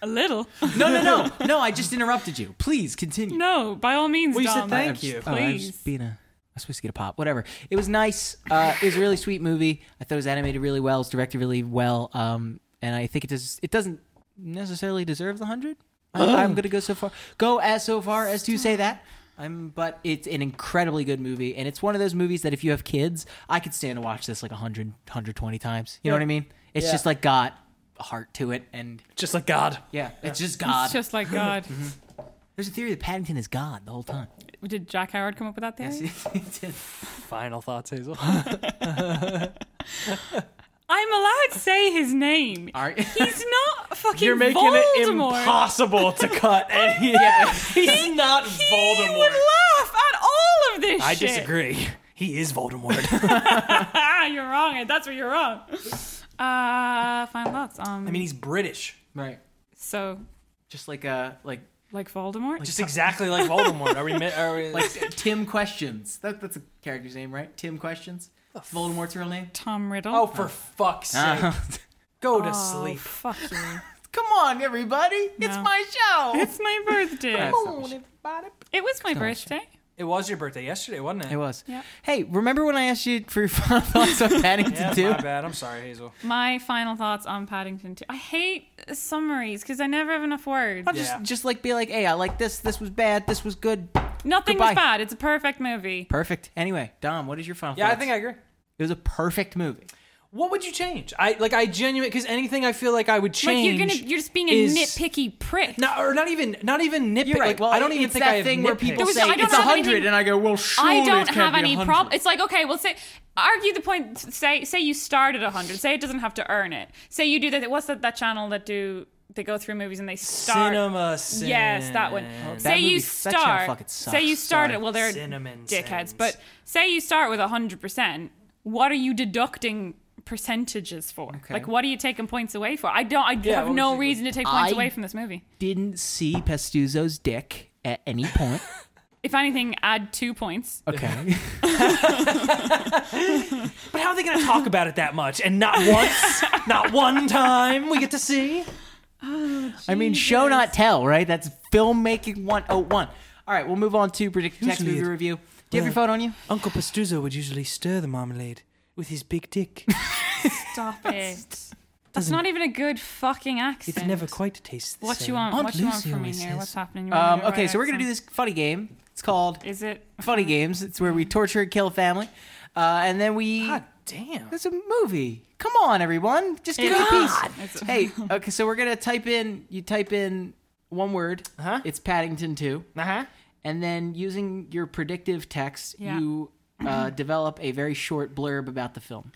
Speaker 3: A little. [laughs]
Speaker 2: No, no, [laughs] no, no. I just interrupted you. Please continue.
Speaker 3: no, by all means,
Speaker 1: Well, you said
Speaker 3: Dom.
Speaker 1: thank
Speaker 2: I'm
Speaker 1: you.
Speaker 2: just- oh, I'm
Speaker 3: Please.
Speaker 2: just being a. I was supposed to get a pop. Whatever. It was nice. Uh, it was a really sweet movie. I thought it was animated really well. It was directed really well. Um, and I think it does. It doesn't necessarily deserve the hundred. I'm going to go so far. Go as so far as to say that. I'm, but it's an incredibly good movie, and it's one of those movies that if you have kids, I could stand to watch this like 100, 120 times. You know what I mean? It's
Speaker 1: Yeah.
Speaker 2: just like got heart to it, and
Speaker 1: Just like God.
Speaker 2: yeah, it's just God.
Speaker 3: It's just like God.
Speaker 1: Mm-hmm.
Speaker 2: There's a theory that Paddington is God the whole time.
Speaker 3: Did Jack Howard come up with that theory?
Speaker 1: Final thoughts, Hazel.
Speaker 3: I'm allowed to say his name.
Speaker 2: [laughs] All right. [laughs]
Speaker 3: He's not
Speaker 1: [laughs]
Speaker 3: fucking
Speaker 1: You're making it
Speaker 3: Voldemort.
Speaker 1: impossible to cut.
Speaker 3: [laughs]
Speaker 1: And [laughs] he's not
Speaker 3: He
Speaker 1: Voldemort.
Speaker 3: would laugh at all of this
Speaker 1: I
Speaker 3: shit.
Speaker 1: disagree. He is Voldemort.
Speaker 3: [laughs]
Speaker 1: [laughs]
Speaker 3: Ah, you're wrong. That's where you're wrong. Uh, final thoughts. Um,
Speaker 1: I mean, he's British.
Speaker 2: Right.
Speaker 3: so
Speaker 2: Just like uh like
Speaker 3: like Voldemort.
Speaker 1: Just exactly like Voldemort. Are we? mi- Are we
Speaker 2: like uh, Tim Questions. That that's a character's name, right? Tim Questions. Voldemort's real name.
Speaker 3: Tom Riddle.
Speaker 1: oh, for fuck's [laughs] sake! Go to
Speaker 3: Oh,
Speaker 1: sleep.
Speaker 3: fuck you.
Speaker 1: [laughs]
Speaker 2: Come on, everybody. It's
Speaker 3: No.
Speaker 2: my show.
Speaker 3: It's my birthday.
Speaker 2: That's not my show.
Speaker 3: It was my birthday.
Speaker 1: It It was your birthday yesterday, wasn't it?
Speaker 2: It was.
Speaker 3: Yeah.
Speaker 2: Hey, remember when I asked you for your [laughs] final thoughts on Paddington
Speaker 1: Yeah,
Speaker 2: 2?
Speaker 1: my bad. I'm sorry, Hazel.
Speaker 3: My final thoughts on Paddington 2. I hate summaries because I never have enough words.
Speaker 2: I'll just
Speaker 1: Yeah.
Speaker 2: just like be like, hey, I like this. This was bad. This was good.
Speaker 3: Nothing
Speaker 2: goodbye.
Speaker 3: was bad. It's a perfect movie.
Speaker 2: Perfect. Anyway, Dom, what is your final?
Speaker 1: Yeah, I
Speaker 2: thoughts?
Speaker 1: think I agree.
Speaker 2: it was a perfect movie.
Speaker 1: What would you change? I like I genuinely because anything I feel like I would
Speaker 3: Like
Speaker 1: change.
Speaker 3: you're gonna, you're just being a
Speaker 1: is-
Speaker 3: nitpicky prick.
Speaker 1: No, or not even not even nitpick. Like, I don't even
Speaker 2: it's
Speaker 1: think
Speaker 2: that
Speaker 1: I have
Speaker 2: thing
Speaker 1: nitpick.
Speaker 2: where people
Speaker 3: There was-
Speaker 2: say
Speaker 3: I don't
Speaker 2: it's
Speaker 3: have
Speaker 2: hundred,
Speaker 3: anything-
Speaker 2: and I go, well, sure.
Speaker 3: I don't have any problem. It's like okay, well, say argue the point. Say say you start at hundred. Say it doesn't have to earn it. Say you do that. What's that, that channel that do they go through movies and they start?
Speaker 1: Cinema sin.
Speaker 3: Yes, that one.
Speaker 2: Oh, that
Speaker 3: say you
Speaker 2: movie- that channel
Speaker 3: start.
Speaker 2: fucking sucks.
Speaker 3: Say you start
Speaker 2: Sorry.
Speaker 3: at well, they're
Speaker 1: Cinnamon
Speaker 3: dickheads.
Speaker 1: sins.
Speaker 3: But say you start with hundred percent. What are you deducting? percentages for like what are you taking points away for i don't i have
Speaker 1: what
Speaker 3: no
Speaker 1: would you-
Speaker 3: reason to take points
Speaker 2: I-
Speaker 3: away from this movie
Speaker 2: didn't see Pastuzzo's dick at
Speaker 1: [laughs]
Speaker 2: any point.
Speaker 3: if anything add two points
Speaker 2: Okay.
Speaker 1: But how are they gonna talk about it that much? And
Speaker 2: [laughs]
Speaker 1: not once, not one time we get
Speaker 3: [laughs]
Speaker 1: to see.
Speaker 2: I mean, show not tell, right? That's filmmaking 101. All right, we'll move on to predict
Speaker 1: Who's
Speaker 2: next movie
Speaker 1: lead?
Speaker 2: review. Do you have your
Speaker 1: Well-
Speaker 2: phone on you?
Speaker 1: Uncle Pastuzzo would usually stir the marmalade with his big dick.
Speaker 3: stop it that's not even a good fucking accent
Speaker 1: quite tastes the
Speaker 3: What you want?
Speaker 1: Aunt
Speaker 3: what you want
Speaker 1: Lucy
Speaker 3: from me
Speaker 1: always
Speaker 3: here?
Speaker 1: says-
Speaker 3: What's happening? You want
Speaker 2: Um,
Speaker 3: me to
Speaker 2: okay,
Speaker 3: write
Speaker 2: so we're gonna do
Speaker 3: accent?
Speaker 2: this funny game. It's called
Speaker 3: Is it?
Speaker 2: Funny Games. It's where we torture and kill family, uh, and then we.
Speaker 1: God damn.
Speaker 2: It's a movie. Come on, everyone. Just give me a piece. Hey, okay, so we're gonna type in. You type in one word.
Speaker 1: Uh-huh.
Speaker 2: It's Paddington Two,
Speaker 1: Uh
Speaker 3: [laughs]
Speaker 1: huh.
Speaker 2: and then using your predictive text,
Speaker 3: Yeah.
Speaker 2: you [clears throat] uh, develop a very short blurb about the film.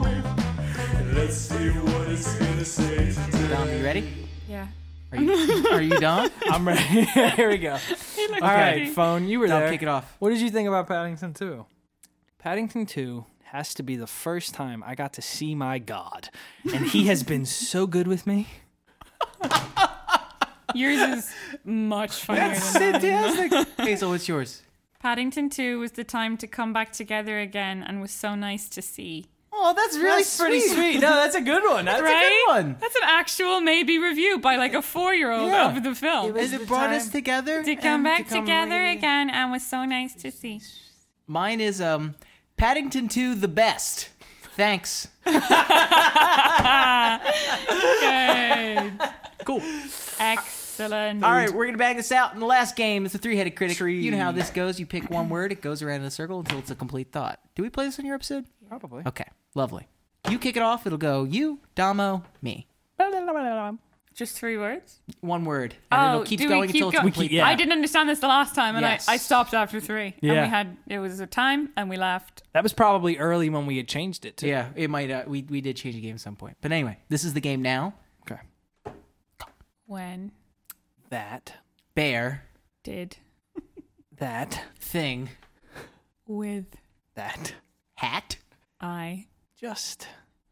Speaker 5: Let's see what it's gonna say today.
Speaker 2: Dom, you ready?
Speaker 3: Yeah.
Speaker 2: Are [laughs] you? Are you Dom?
Speaker 1: I'm ready. [laughs] here we go. All right,
Speaker 3: ready.
Speaker 1: phone. You were
Speaker 2: Dom,
Speaker 1: there.
Speaker 2: kick it off.
Speaker 1: What did you think about Paddington 2? Paddington 2 has to be the first time I got to see my God. And he has [laughs] been so good with me.
Speaker 3: Yours is much
Speaker 2: [laughs]
Speaker 3: funnier. Than mine.
Speaker 2: Fantastic. [laughs] Hazel, what's yours?
Speaker 3: Paddington Two was the time to come back together again, and was so nice to see.
Speaker 2: Oh, that's really
Speaker 1: that's pretty sweet. No, that's a good one. That's
Speaker 2: That's
Speaker 1: a
Speaker 3: Right?
Speaker 2: a good one.
Speaker 3: That's an actual maybe review by like a four-year-old
Speaker 2: Yeah.
Speaker 3: of the film.
Speaker 2: Is it brought us together?
Speaker 3: to come back together again, and was so nice to [laughs] see.
Speaker 2: Mine is um Paddington 2 the best. Thanks.
Speaker 3: Good.
Speaker 2: Cool.
Speaker 3: Excellent.
Speaker 2: All right, we're going to bang this out. And the last game is the three headed critic. You know how this goes. You pick one word, it goes around in a circle until it's a complete thought. Do we play this on your episode?
Speaker 1: Probably.
Speaker 2: Okay, lovely. You kick it off, it'll go you, Damo, me.
Speaker 3: Just three words.
Speaker 2: One word. And
Speaker 3: Oh,
Speaker 2: it'll keep
Speaker 3: do we
Speaker 2: going
Speaker 3: keep
Speaker 2: until it's a
Speaker 3: go-
Speaker 2: complete.
Speaker 1: Yeah.
Speaker 3: I didn't understand this the last time, and
Speaker 2: Yes.
Speaker 3: I, I stopped after three. And
Speaker 1: Yeah.
Speaker 3: we had it was a time, and we laughed.
Speaker 1: That was probably early when we had changed it, too.
Speaker 2: Yeah, it might. Uh, we, we did change the game at some point. But anyway, this is the game now.
Speaker 1: Okay.
Speaker 3: When
Speaker 1: That,
Speaker 2: Bear,
Speaker 3: did
Speaker 1: that,
Speaker 2: thing,
Speaker 3: with
Speaker 1: that.
Speaker 2: hat,
Speaker 3: I
Speaker 1: Just.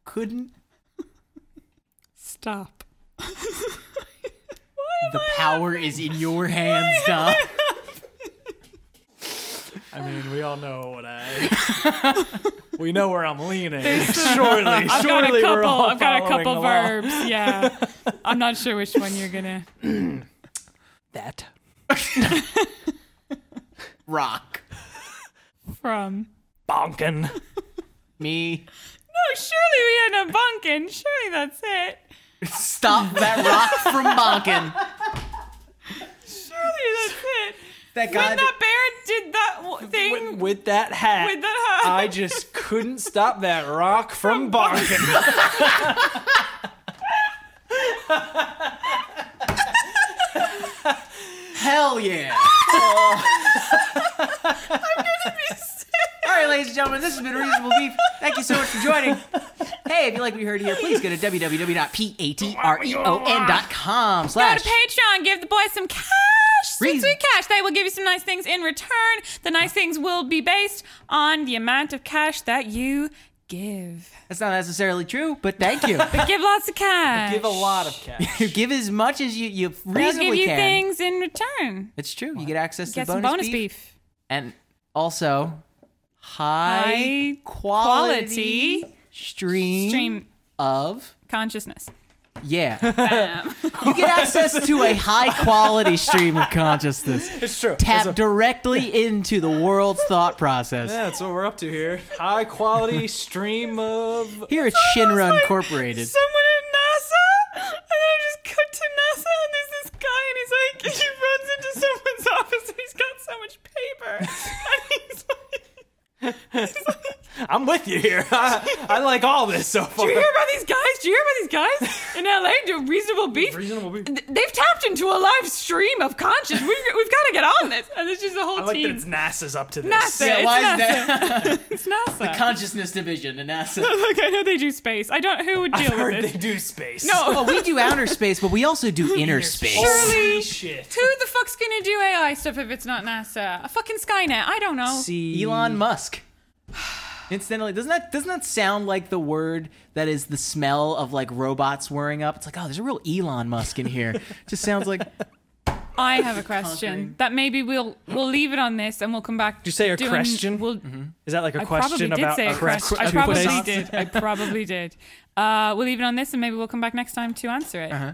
Speaker 2: couldn't,
Speaker 3: stop?
Speaker 2: the power is in your hands, Dom.
Speaker 1: I mean, we all know what
Speaker 3: [laughs]
Speaker 1: I. we know where I'm leaning. [laughs] surely,
Speaker 3: I've got a
Speaker 1: surely we're
Speaker 3: couple.
Speaker 1: all
Speaker 3: I've got a
Speaker 1: following
Speaker 3: couple
Speaker 1: along.
Speaker 3: verbs. Yeah,
Speaker 1: [laughs]
Speaker 3: I'm not sure which one you're gonna.
Speaker 1: That.
Speaker 2: Rock.
Speaker 3: From
Speaker 1: Bonkin.
Speaker 2: Me.
Speaker 3: no, surely we end up bunking. Surely that's it.
Speaker 2: Stop that rock from bonking.
Speaker 3: Surely that's it.
Speaker 2: That
Speaker 3: When
Speaker 2: guy.
Speaker 3: that bear did that w- thing
Speaker 1: With, with that hat.
Speaker 3: with that,
Speaker 1: I just couldn't stop that rock from bonking.
Speaker 2: Hell [laughs] yeah. All right, ladies and gentlemen, this has been Reasonable Beef. Thank you so much for joining. Hey, if you like what you heard here, please go to www.patreon.com
Speaker 3: Go
Speaker 2: slash
Speaker 3: to Patreon, give the boys some cash, some
Speaker 2: Reason-
Speaker 3: sweet cash. They will give you some nice things in return. The nice things will be based on the amount of cash that you give.
Speaker 2: That's not necessarily true, but thank
Speaker 3: [laughs]
Speaker 2: you.
Speaker 3: Give lots of cash.
Speaker 1: Give a lot of cash.
Speaker 2: you [laughs] give as much as you, you
Speaker 3: They'll give
Speaker 2: reasonably
Speaker 3: you
Speaker 2: can.
Speaker 3: things in return.
Speaker 2: It's true. You get access to
Speaker 3: Get some
Speaker 2: bonus,
Speaker 3: bonus
Speaker 2: beef.
Speaker 3: beef.
Speaker 2: and also high,
Speaker 3: High
Speaker 2: quality,
Speaker 3: Quality
Speaker 2: stream,
Speaker 3: stream
Speaker 2: of
Speaker 3: Consciousness.
Speaker 2: yeah,
Speaker 3: Bam.
Speaker 2: [laughs] you get access to a high quality stream of [laughs] consciousness.
Speaker 1: It's true.
Speaker 2: Tap
Speaker 1: That's,
Speaker 2: [laughs] directly into the world's thought process.
Speaker 1: yeah, that's what we're up to here. High quality [laughs] stream of. [laughs]
Speaker 2: Here at Shinra [laughs] Incorporated.
Speaker 3: Someone at NASA, and then I just cut to NASA, and there's this guy, and he's like, he runs into someone's [laughs] office, and he's got so much paper, [laughs] and he's like, he's like,
Speaker 1: I'm with you here. I, I like all this so far.
Speaker 3: do you hear about these guys? Do you hear about these guys in LA? Do reasonable beef?
Speaker 1: Reasonable Beef.
Speaker 3: Th- They've tapped into a live stream of conscience. We've, we've got to get on this, and it's just a whole
Speaker 1: I like that
Speaker 3: team.
Speaker 1: it's NASA's up to this.
Speaker 3: NASA.
Speaker 2: Yeah,
Speaker 3: it's
Speaker 2: why
Speaker 3: NASA.
Speaker 2: is that
Speaker 3: It's
Speaker 2: [laughs]
Speaker 3: NASA.
Speaker 2: consciousness division and NASA?
Speaker 3: [laughs] Look, I know they do space. I don't. Who would deal
Speaker 1: I've
Speaker 3: with
Speaker 1: heard
Speaker 3: this?
Speaker 1: they do space.
Speaker 3: No.
Speaker 2: [laughs] Well, we do outer space, but we also [laughs] do inner space.
Speaker 1: Holy
Speaker 3: Surely-
Speaker 1: shit.
Speaker 3: Who the fuck's gonna do AI stuff if it's not NASA? A fucking Skynet. I don't know.
Speaker 1: See,
Speaker 2: Elon Musk. [sighs] Incidentally, doesn't that doesn't that sound like the word that is the smell of like robots whirring up? It's like, oh, there's a real Elon Musk in [laughs] here. Just sounds like
Speaker 3: I have a question that maybe we'll we'll leave it on this and we'll come back. Did
Speaker 1: you say a question?
Speaker 3: We'll,
Speaker 1: Is that like a
Speaker 3: I
Speaker 1: question
Speaker 3: probably did
Speaker 1: about
Speaker 3: say a
Speaker 1: a
Speaker 3: question.
Speaker 1: cra-
Speaker 3: I
Speaker 1: a
Speaker 3: probably
Speaker 1: quiz?
Speaker 3: did. I probably did. Uh, we'll leave it on this and maybe we'll come back next time to answer it.
Speaker 2: Uh-huh.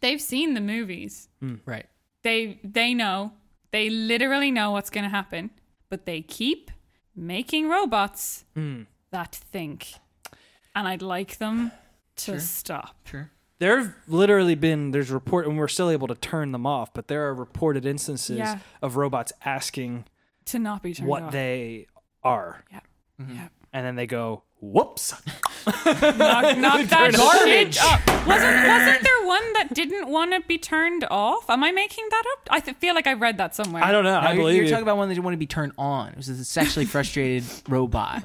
Speaker 3: They've seen the movies.
Speaker 2: right.
Speaker 3: They they know. They literally know what's gonna happen, but they keep making robots
Speaker 1: Hmm.
Speaker 3: that think, and I'd like them to stop.
Speaker 1: There have literally been there's report and we're still able to turn them off, but there are reported instances
Speaker 3: Yeah.
Speaker 1: of robots asking
Speaker 3: to not be turned
Speaker 1: what
Speaker 3: off.
Speaker 1: they are,
Speaker 3: yeah.
Speaker 2: Mm-hmm.
Speaker 3: Yeah.
Speaker 1: and then they go, "Whoops." [laughs]
Speaker 3: Knock, knock that
Speaker 1: Garbage.
Speaker 3: shit up. Wasn't, wasn't there one that didn't want to be turned off? Am I making that up? I th- feel like I read that somewhere.
Speaker 1: I don't know.
Speaker 2: No,
Speaker 1: I
Speaker 2: you're,
Speaker 1: believe
Speaker 2: you're
Speaker 1: you.
Speaker 2: talking about one that you want to be turned on. It was
Speaker 1: [laughs]
Speaker 2: a sexually frustrated robot.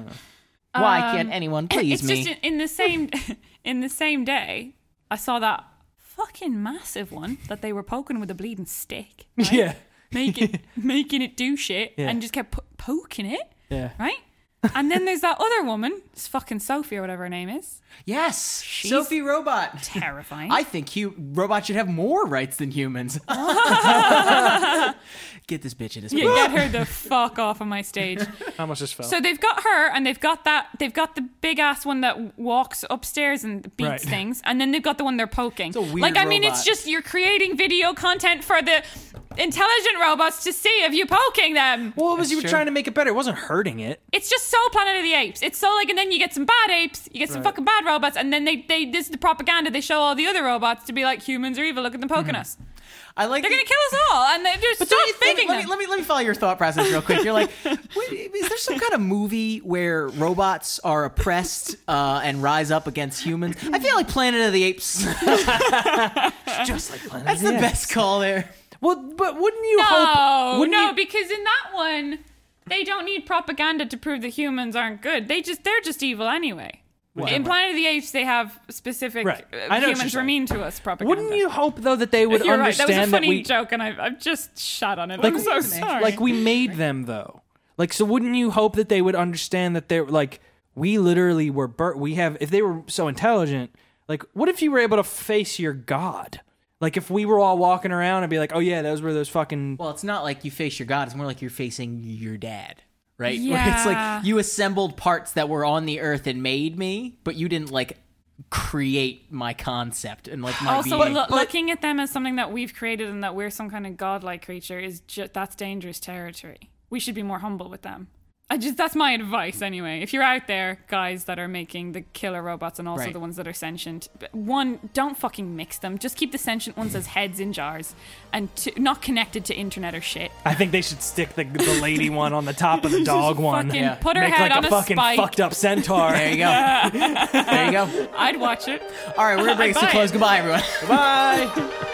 Speaker 2: Why can't anyone please
Speaker 3: Um, It's
Speaker 2: me?
Speaker 3: just in, in the same [laughs] in the same day. I saw that fucking massive one that they were poking with a
Speaker 2: [laughs]
Speaker 3: bleeding stick.
Speaker 1: [laughs]
Speaker 3: Right?
Speaker 1: yeah.
Speaker 3: making making it do shit
Speaker 1: Yeah.
Speaker 3: and just kept po- poking it.
Speaker 1: Yeah.
Speaker 3: Right. And then there's that other woman, it's fucking Sophie or whatever her name is.
Speaker 2: yes, Sophie Robot.
Speaker 3: Terrifying.
Speaker 2: I think hu- robots should have more rights than
Speaker 3: [laughs]
Speaker 2: humans. Get this bitch in his
Speaker 3: yeah, get her the fuck off of my stage.
Speaker 1: How much just fell?
Speaker 3: So they've got her, and they've got that. They've got the big ass one that walks upstairs and beats
Speaker 1: Right.
Speaker 3: things, and then they've got the one they're poking.
Speaker 2: a weird
Speaker 3: like I mean, it's
Speaker 2: robot.
Speaker 3: just you're creating video content for the intelligent robots to see if you're poking them.
Speaker 1: well, it was you were
Speaker 2: true.
Speaker 1: trying to make it better. It wasn't hurting it.
Speaker 3: It's just so Planet of the Apes. It's so like, and then you get some bad apes, you get some fucking bad robots, and then they they this is the propaganda. They show all the other robots to be like humans are evil. Look at them poking us.
Speaker 2: I like.
Speaker 3: They're
Speaker 2: the-
Speaker 3: gonna kill us all, and they're just
Speaker 2: don't
Speaker 3: stop
Speaker 2: you think-
Speaker 3: making
Speaker 2: let, me,
Speaker 3: them.
Speaker 2: let me let me follow your thought process real quick. You're like, [laughs] what, is there some kind of movie where robots are oppressed uh, and rise up against humans? I feel like Planet of the
Speaker 3: [laughs]
Speaker 2: Apes. [laughs]
Speaker 1: Just like Planet
Speaker 2: That's
Speaker 1: of
Speaker 2: the
Speaker 1: Apes.
Speaker 2: best call there.
Speaker 1: Well, but wouldn't you hope?
Speaker 3: No,
Speaker 1: Wouldn't
Speaker 3: no,
Speaker 1: you-
Speaker 3: because in that one, they don't need propaganda to prove that humans aren't good. They just they're just evil anyway. In Planet of the Apes, they have specific
Speaker 1: Right.
Speaker 3: uh,
Speaker 1: I know what you're
Speaker 3: humans were
Speaker 1: saying.
Speaker 3: mean to us propaganda.
Speaker 1: wouldn't you hope though that they would
Speaker 3: You're right. That
Speaker 1: understand
Speaker 3: was a funny
Speaker 1: we
Speaker 3: joke, and I, I've just shot on it.
Speaker 1: Like-
Speaker 3: I'm so sorry.
Speaker 1: like we made them though like so wouldn't you hope that they would understand that they're like we literally were bur- we have if they were so intelligent like what if you were able to face your god like if we were all walking around and be like oh yeah those were those fucking
Speaker 2: Well, it's not like you face your god. It's more like you're facing your dad, right? [laughs] Where it's
Speaker 3: Yeah.
Speaker 2: like you assembled parts that were on the earth and made me, but you didn't like create my concept and like my
Speaker 3: also,
Speaker 2: being.
Speaker 3: lo- looking at them as something that we've created and that we're some kind of godlike creature is ju- that's dangerous territory. We should be more humble with them. I just that's my advice anyway. If you're out there, guys that are making the killer robots and also
Speaker 2: Right.
Speaker 3: the ones that are sentient, b- one don't fucking mix them. Just keep the sentient ones as heads in jars and two, not connected to internet or shit.
Speaker 1: i think they should stick the, the lady one on the top of
Speaker 3: [laughs]
Speaker 1: the dog one
Speaker 3: Fucking
Speaker 2: Yeah.
Speaker 3: put her
Speaker 1: make
Speaker 3: head
Speaker 1: like
Speaker 3: on
Speaker 1: a,
Speaker 3: a,
Speaker 1: fucking
Speaker 3: spike.
Speaker 1: fucked up centaur
Speaker 2: there you go. there you go.
Speaker 3: I'd watch it. [laughs]
Speaker 2: All right, we're gonna bring us to
Speaker 3: buy it.
Speaker 2: close. Goodbye, everyone.
Speaker 1: bye